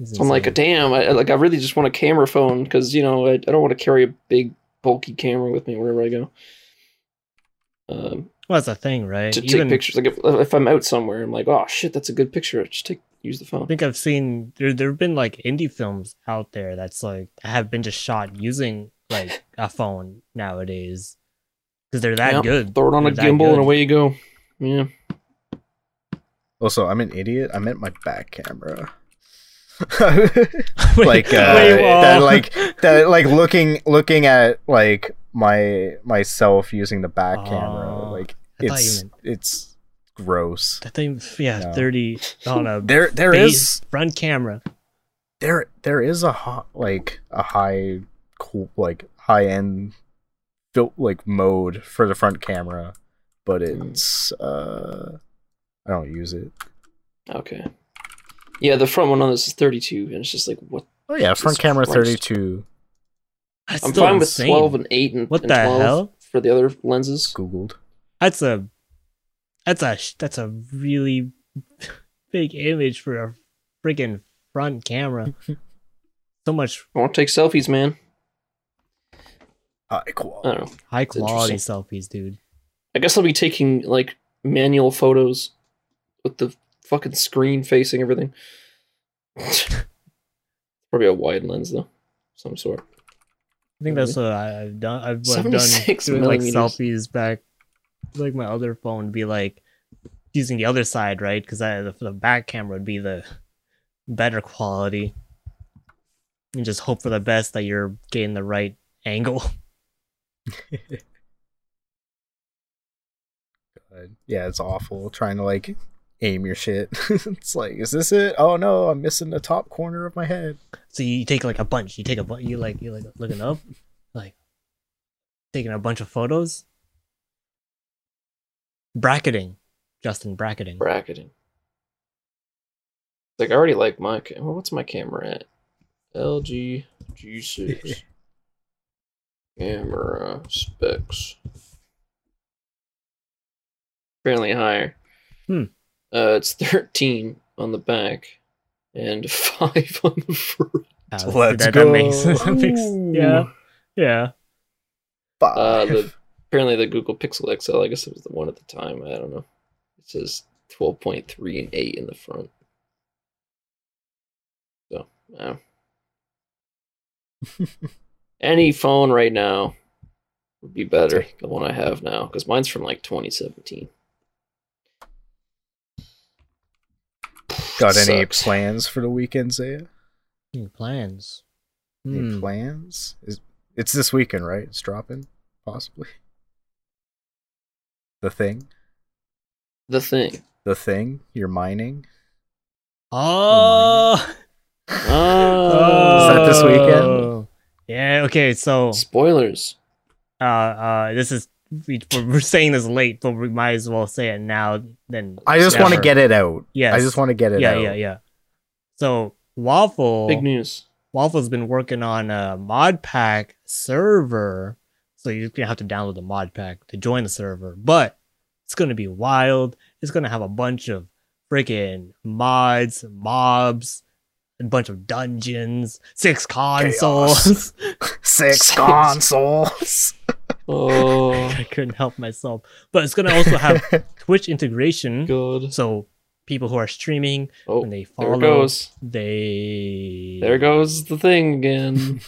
S4: It's
S5: So I'm like,
S4: insane.
S5: damn, I I- like I really just want a camera phone because you know I, I don't want to carry a big bulky camera with me wherever I go. Um,
S4: well, that's a thing, right?
S5: to
S4: Even-
S5: take pictures, like if, if I'm out somewhere, I'm like, oh shit, that's a good picture. Just take use the
S4: I
S5: phone.
S4: think I've seen there. There have been like indie films out there that's like have been just shot using like a phone nowadays because they're that
S5: Yep.
S4: good.
S5: Throw it on a
S4: They're that
S5: gimbal and
S4: good.
S5: away you go. Yeah,
S2: also, I'm an idiot. I meant my back camera.
S4: Wait,
S2: like uh,
S4: wait, whoa.
S2: that, like that, like looking looking at like my myself using the back camera.
S4: Oh,
S2: Like
S4: I thought you
S2: it's
S4: meant-
S2: it's gross.
S4: I think yeah,
S2: No.
S4: thirty on a
S2: There there
S4: face,
S2: is
S4: front camera.
S2: there there is a hot like a high cool like high end built like mode for the front camera but it's uh i don't use it
S5: okay. Yeah, the front one on this is 32, and it's just like what?
S2: oh yeah front
S5: Jesus
S2: camera
S5: Christ.
S2: 32
S4: That's
S5: I'm
S4: still
S5: fine with
S4: insane.
S5: 12 and 8 and,
S4: What
S5: and
S4: the
S5: 12
S4: hell?
S5: for the other lenses.
S2: googled
S4: That's a that's a sh- that's a really big image for a freaking front camera. so much
S5: I want to take selfies, man.
S2: high
S5: I
S2: quality
S5: don't know.
S4: high quality
S5: interesting.
S4: selfies, dude.
S5: I guess I'll be taking like manual photos with the fucking screen facing everything. Probably a wide lens though, some sort.
S4: I think that's what I, I've done. I've, I've done
S5: 76
S4: doing like
S5: millimeters.
S4: selfies back, like my other phone would be like using the other side, right? Because the, the back camera would be the better quality, and just hope for the best that you're getting the right angle.
S2: But, yeah it's awful trying to like aim your shit it's like is this it oh no i'm missing the top corner of my head
S4: So you take like a bunch. You take a bunch. You like you like looking up, like taking a bunch of photos. Bracketing, Justin. Bracketing.
S5: Bracketing. Like I already like my camera. What's my camera at? LG G6. camera specs. Apparently higher.
S4: Hmm.
S5: Uh, it's 13 on the back and 5 on the front.
S4: Uh,
S2: Let's
S4: that,
S2: go.
S4: That makes, that makes, yeah, yeah.
S2: Five.
S5: Uh, the, apparently, the Google Pixel XL, I guess it was the one at the time. I don't know. It says 12.3 and 8 in the front. So, yeah. Any phone right now would be better than the one I have now because mine's from like 2017.
S2: got any
S5: Sucks.
S2: plans for the weekend zaya
S4: Any plans?
S2: any
S4: Hmm.
S2: plans is it's this weekend right it's dropping possibly the thing
S5: The thing.
S2: the thing you're mining
S4: Oh,
S5: Oh,
S2: Is that this weekend?
S4: Oh. Yeah. Okay. So,
S5: spoilers.
S4: uh, uh, this is we, we're saying this late, but we might as well say it now. Then
S2: i just
S5: Yeah.
S2: want to get it out
S4: Yes.
S2: i just want to get it
S4: yeah,
S2: out
S4: yeah, yeah. So waffle
S5: Big news.
S4: Waffle's been working on a mod pack server. So you're gonna have to download the mod pack to join the server. But it's gonna be wild. It's gonna have a bunch of freaking mods, mobs, a bunch of dungeons, six consoles.
S2: six consoles
S5: Oh,
S4: I couldn't help myself. But it's gonna also have Twitch integration.
S5: God.
S4: So people who are streaming,
S5: Oh,
S4: when they
S5: there
S4: follow
S5: it goes.
S4: they
S5: There goes the thing again.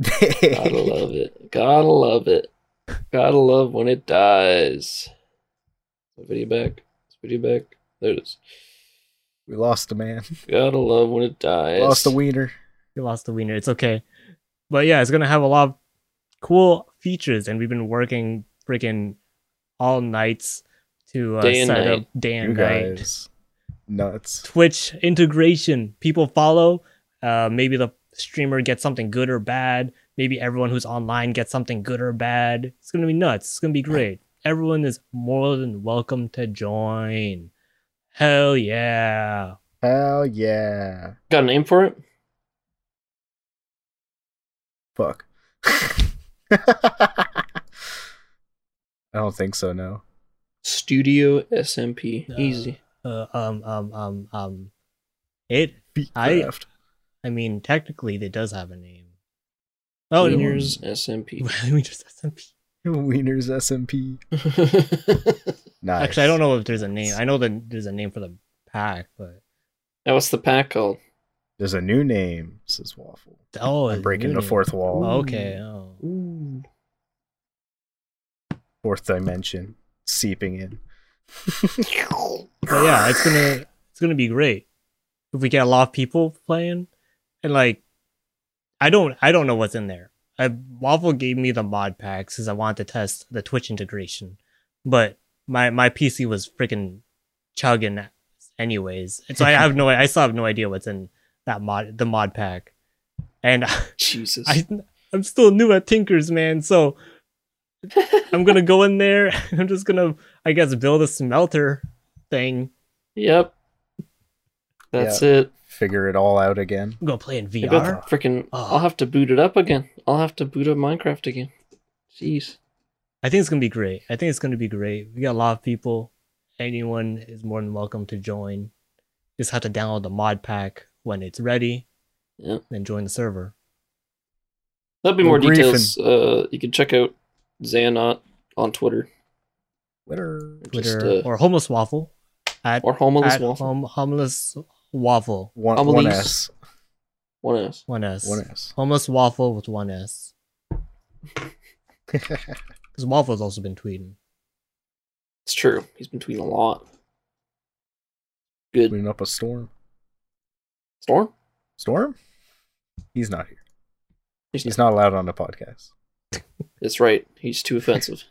S5: Gotta love it. Gotta love it. Gotta love when it dies. The video back. Is the video back. There it is.
S2: we lost a man
S5: Gotta love when it dies.
S2: lost a wiener
S4: You lost the wiener. It's okay. But yeah, it's gonna have a lot of cool features, and we've been working freaking all nights to uh,
S5: Day and
S4: set
S5: night.
S4: up day and
S2: you
S4: night
S2: guys nuts
S4: Twitch integration. People follow. Uh, maybe the streamer gets something good or bad. Maybe everyone who's online gets something good or bad. It's gonna be nuts. It's gonna be great. Everyone is more than welcome to join. Hell yeah.
S2: Hell yeah.
S5: Got a name for it?
S2: Fuck. I don't think so, no.
S5: Studio SMP.
S4: Uh,
S5: Easy.
S4: Uh, um, um, um, um. It, I-
S2: Beatcraft.
S4: I mean, technically, it does have a name. Oh, it-
S5: Wieners SMP.
S4: we just SMP.
S2: Wiener's SMP. Nice.
S4: Actually, I don't know if there's a name. I know that there's a name for the pack, but
S5: now, what's the pack called?
S2: There's a new name, says Waffle.
S4: oh,
S2: I'm
S4: it's
S2: breaking the
S4: new.
S2: fourth wall,
S4: Oh, okay. Oh.
S5: Ooh.
S2: fourth dimension, seeping in.
S4: But yeah, it's gonna it's gonna be great if we get a lot of people playing, and like, I don't I don't know what's in there. I, Waffle gave me the mod packs because I wanted to test the Twitch integration, but my my PC was freaking chugging anyways, and so I have no I still have no idea what's in that mod the mod pack, and
S5: Jesus.
S4: I I'm still new at Tinkers, man. So I'm gonna go in there. and I'm just gonna I guess build a smelter thing.
S5: Yep. That's it.
S2: Figure it all out again.
S4: I'm gonna play in
S5: I bet
S4: VR.
S5: freaking.
S4: Oh.
S5: I'll have to boot it up again. I'll have to boot up Minecraft again. Jeez.
S4: I think it's gonna be great. I think it's gonna be great. We got a lot of people. Anyone is more than welcome to join. Just have to download the mod pack when it's ready.
S5: Yeah.
S4: Then join the server.
S5: There'll be
S2: We're
S5: more
S2: briefing.
S5: details. Uh, you can check out Xanot on Twitter.
S2: Twitter.
S5: Just,
S4: Twitter
S5: uh,
S4: or homeless waffle at,
S5: or homeless
S4: at
S5: waffle.
S4: hom- homeless waffle
S2: One,
S5: Amelie's.
S2: one S.
S5: One S.
S4: one s
S2: One S.
S4: homeless waffle with one s. Because waffle's also been tweeting.
S5: It's true. He's been tweeting a lot. Good
S2: Cleaning up a storm.
S5: storm.
S2: Storm? He's not here.
S5: He's
S2: He's not allowed on the podcast.
S5: That's right. He's too offensive.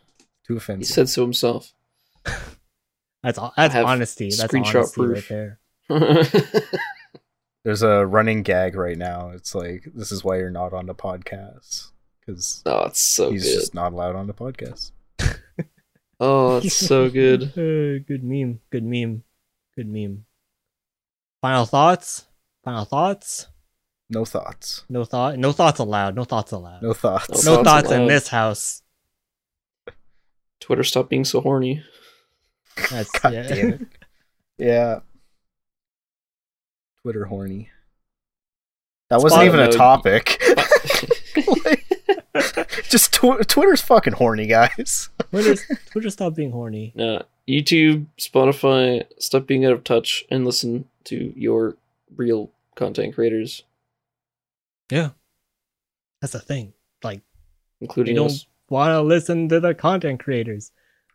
S2: Too
S5: he
S2: offensive.
S5: said so himself.
S4: That's that's
S5: have
S4: honesty. That's
S5: screenshot
S4: honesty right
S5: proof.
S4: there.
S5: Oh,
S2: There's a running gag right now. It's like, this is why you're not on the podcast. Because
S5: oh, it's so
S2: he's
S5: good.
S2: just not allowed on the podcast.
S5: Oh, it's so good.
S4: Uh, good meme. Good meme. Good meme. Final thoughts. Final thoughts.
S2: No thoughts.
S4: No thought. No thoughts allowed. No thoughts allowed.
S2: No thoughts.
S4: No
S5: thoughts
S4: thoughts in
S5: allowed.
S4: this house.
S5: Twitter, stop being so horny.
S4: That's,
S2: God
S4: yeah.
S2: damn it. Yeah. Twitter horny. That wasn't
S5: Spot-
S2: even a
S5: no,
S2: topic. Just tw- Twitter's fucking horny, guys.
S4: Twitter, Twitter, stop being horny.
S5: No, YouTube, Spotify, stop being out of touch and listen to your real content creators,
S4: That's the thing. Like you
S5: including
S4: don't
S5: us.
S4: want to listen to the content creators.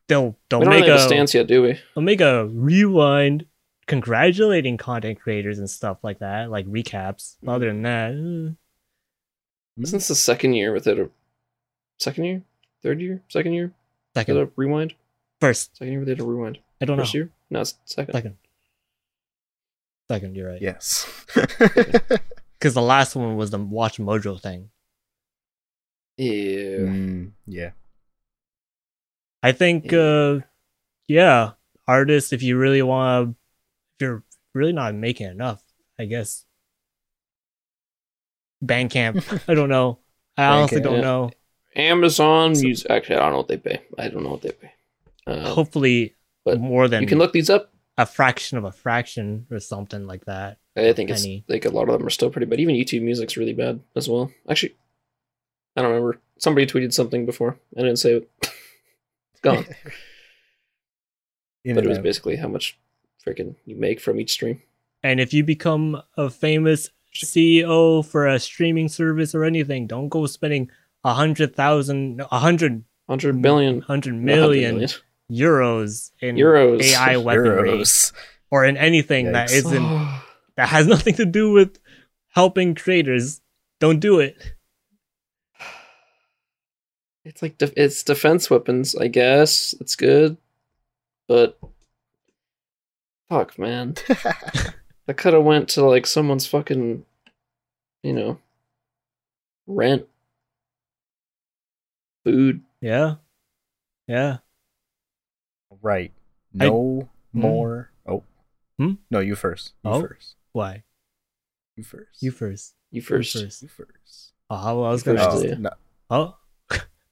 S4: Don't
S5: We
S4: don't
S5: don't
S4: make
S5: have a
S4: a
S5: stance yet, do we?
S4: don't make a rewind congratulating content creators and stuff like that, like recaps. Other than that, eh.
S5: Isn't this the second year without a second year, third year, second year
S4: second,
S5: without a rewind?
S4: first,
S5: Second year without a rewind.
S4: I don't know.
S5: First year? No, it's second.
S4: Second. Second, you're right.
S2: Yes.
S4: Because the last one was the Watch Mojo thing.
S5: Ew.
S2: Mm, yeah.
S4: I think,
S5: Yeah.
S4: uh, yeah, artists, if you really want to, if you're really not making enough, I guess. Bandcamp. I don't know. I honestly
S2: Bandcamp.
S4: don't
S5: Yeah.
S4: know.
S5: Amazon
S4: So-
S5: Music. Actually, I don't know what they pay. I don't know what they pay. Uh,
S4: Hopefully,
S5: but
S4: more than
S5: you can look these up.
S4: a fraction of a fraction or something like that.
S5: I think it's
S4: Penny.
S5: like a lot of them are still pretty bad. Even YouTube Music's really bad as well. Actually, I don't remember. Somebody tweeted something before. I didn't say it. it's gone.
S2: In
S5: but it
S2: and
S5: was
S2: out.
S5: basically how much freaking you make from each stream.
S4: And if you become a famous CEO for a streaming service or anything, don't go spending a hundred thousand, a hundred,
S5: Hundred billion.
S4: hundred
S5: not 100
S4: Mm. million euros in
S5: Euros.
S4: AI weaponry
S2: Euros.
S4: or in anything that
S2: Yikes.
S4: isn't
S5: Oh.
S4: that has nothing to do with helping creators. Don't do it.
S5: It's like def- it's defense weapons, I guess. It's good, but fuck, man, that could have went to like someone's fucking, you know, rent, food.
S4: Yeah, yeah.
S2: Right.
S4: I-
S2: No more. Oh.
S4: Hmm?
S2: No, you first. You
S4: Oh.
S2: first.
S4: Why?
S2: You first.
S4: You first.
S5: You
S4: You
S5: first.
S2: You first.
S4: Oh, I was
S5: You
S4: gonna.
S5: first,
S2: Oh,
S4: Just,
S5: yeah.
S2: no.
S4: oh,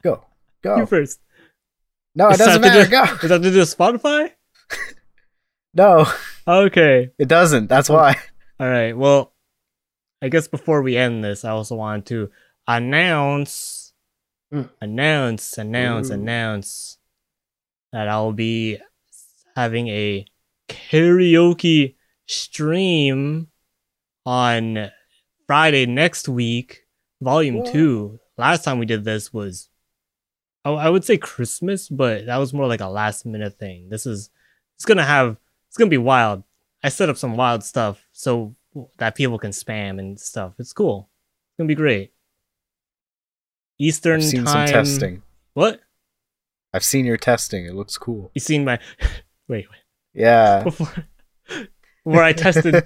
S2: Go. Go.
S4: you first.
S2: No, it
S4: Is that
S2: doesn't
S4: the
S2: matter.
S4: diff-
S2: Go.
S4: Is that to do with Spotify?
S2: No,
S4: Okay.
S2: it doesn't. That's why.
S4: All right. Well, I guess before we end this, I also want to announce,
S5: Mm.
S4: announce, announce,
S5: Ooh.
S4: announce that I'll be having a karaoke stream on Friday next week, volume
S2: What?
S4: two. Last time we did this was, I, I would say Christmas, but that was more like a last minute thing. This is, it's gonna have, it's gonna be wild. I set up some wild stuff so that people can spam and stuff. It's cool. It's gonna be great. Eastern
S2: I've seen
S4: time.
S2: some testing.
S4: What
S2: I've seen your testing. It looks cool.
S4: you seen my? Wait, wait
S2: Yeah.
S4: before where I tested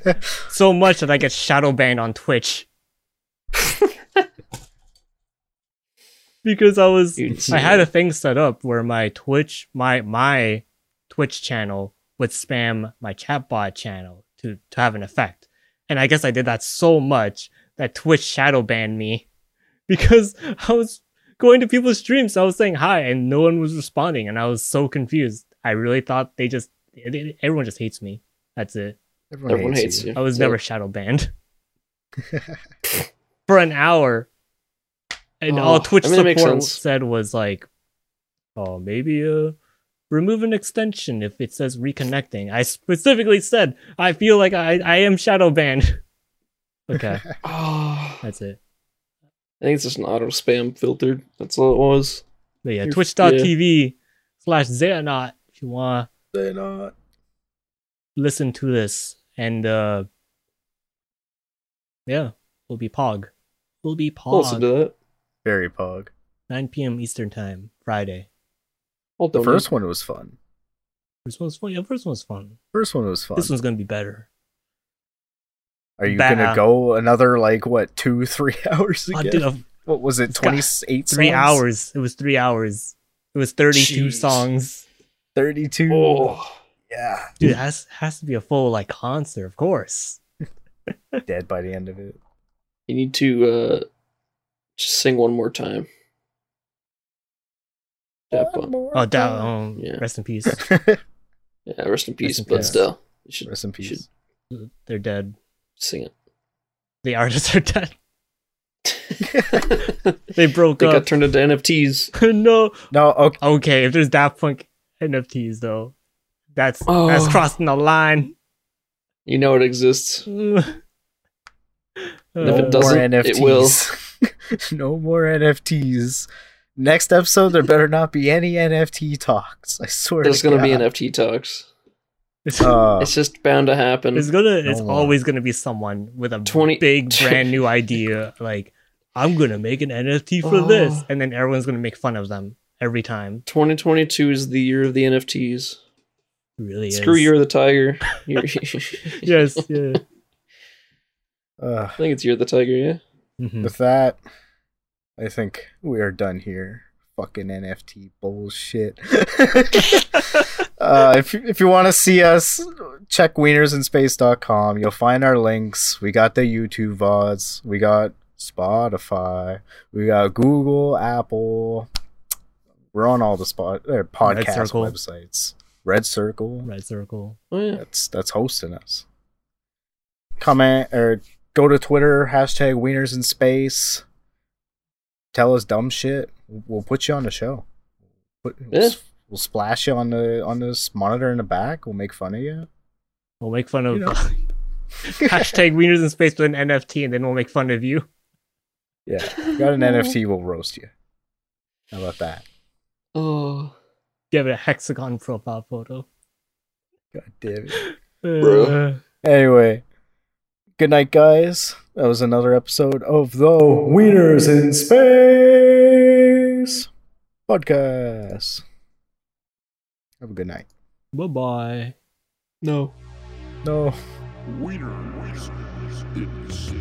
S4: so much that I get shadow banned on Twitch because I was
S5: Dude,
S4: I had a thing set up where my Twitch my my Twitch channel would spam my chatbot channel to to have an effect. And I guess I did that so much that Twitch shadow banned me because I was going to people's streams. I was saying hi and no one was responding and I was so confused. I really thought they just they- everyone just hates me. That's it.
S2: Everyone,
S5: Everyone hates you.
S4: I was
S5: Yeah.
S4: never shadow banned for an hour, and all
S5: Oh,
S4: Twitch
S5: I mean, that makes
S4: support
S5: sense.
S4: said was like, "Oh, maybe uh, remove an extension if it says reconnecting." I specifically said, "I feel like I I am shadow banned." Okay,
S5: Ah,
S4: that's it.
S5: I think it's just an auto spam filtered. That's all it was.
S4: But yeah,
S5: You're-
S4: Twitch.tv slash Xehanot if you want
S2: They're not.
S4: listen to this and uh yeah we'll be pog we'll be
S5: I'll also
S4: pog
S5: do that.
S2: Very pog.
S4: 9 p.m eastern time friday
S5: I'll
S2: The
S5: donate.
S2: first one was fun.
S4: first one's fun yeah first one's fun
S2: First one was fun.
S4: this one's gonna be better
S2: Are you
S4: Bah.
S2: gonna go another like what two, three hours
S4: I
S2: again?
S4: did a
S2: what was it?
S4: It's got
S2: Twenty eight.
S4: three hours it was three hours it was 32
S5: Jeez.
S4: songs
S2: Thirty two.
S5: Oh,
S2: Yeah.
S4: dude it has has to be a full like concert of course
S2: Dead by the end of it.
S5: you need to uh, just sing one more time. That bump.
S4: oh da- um,
S5: Yeah.
S4: rest in peace
S5: Yeah, rest in peace.
S4: in
S5: but
S4: peace.
S5: still, you should
S2: Rest in
S5: you should
S2: peace.
S4: they're dead
S5: sing it.
S4: the artists are dead
S5: they
S4: they broke
S5: got
S4: up
S5: turned into NFTs.
S4: no
S2: No. Okay.
S4: Okay, if there's Daft Punk NFTs though, that's that's
S5: Oh.
S4: crossing the line.
S5: You know it exists.
S4: Mm.
S5: And if it
S4: Uh,
S5: doesn't-
S2: more NFTs.
S5: it will.
S2: no more NFTs. Next episode, there better not be any NFT talks. I swear.
S5: There's
S2: to
S5: gonna be
S2: God.
S5: NFT talks.
S4: it's,
S2: Uh,
S5: It's just bound to happen.
S4: it's gonna it's
S2: no.
S4: always gonna be someone with a
S5: 20
S4: big brand new idea like I'm gonna make an NFT for this,
S5: Oh.
S4: and then everyone's gonna make fun of them every time.
S5: 2022 is the year of the NFTs.
S4: It really
S5: Screw
S4: is.
S5: year of the tiger. Year- I
S4: yes yeah.
S2: uh,
S5: think it's year of the tiger. Yeah.
S4: Mhm.
S2: with that, I think we are done here. Fucking NFT bullshit. uh, if, if you want to see us, check wienersinspace.com. You'll find our links. We got the YouTube VODs. We got Spotify. We got Google, Apple. We're on all the spot er, podcast
S4: Circle.
S2: websites. Red Circle
S4: Red circle.
S5: Oh yeah.
S2: that's that's hosting us. Comment or go to Twitter hashtag Wieners in Space. Tell us dumb shit. We'll put you on the show. Put, we'll, s-
S5: Yeah.
S2: we'll splash you on the on this monitor in the back. We'll make fun of you.
S4: We'll make fun of
S2: You know.
S4: hashtag wieners in space with an NFT, and then we'll make fun of you.
S2: Yeah, If you got an NFT. We'll roast you. How about that?
S5: Oh,
S4: Give it a hexagon profile photo.
S2: God damn it.
S5: Bruh.
S4: Uh,
S2: Anyway, good night, guys. That was another episode of the
S3: Wieners in space.
S2: podcast. Have a good night.
S4: Bye bye.
S5: no.
S2: No.
S1: Wieners in space.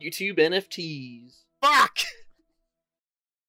S6: YouTube NFTs.
S5: Fuck!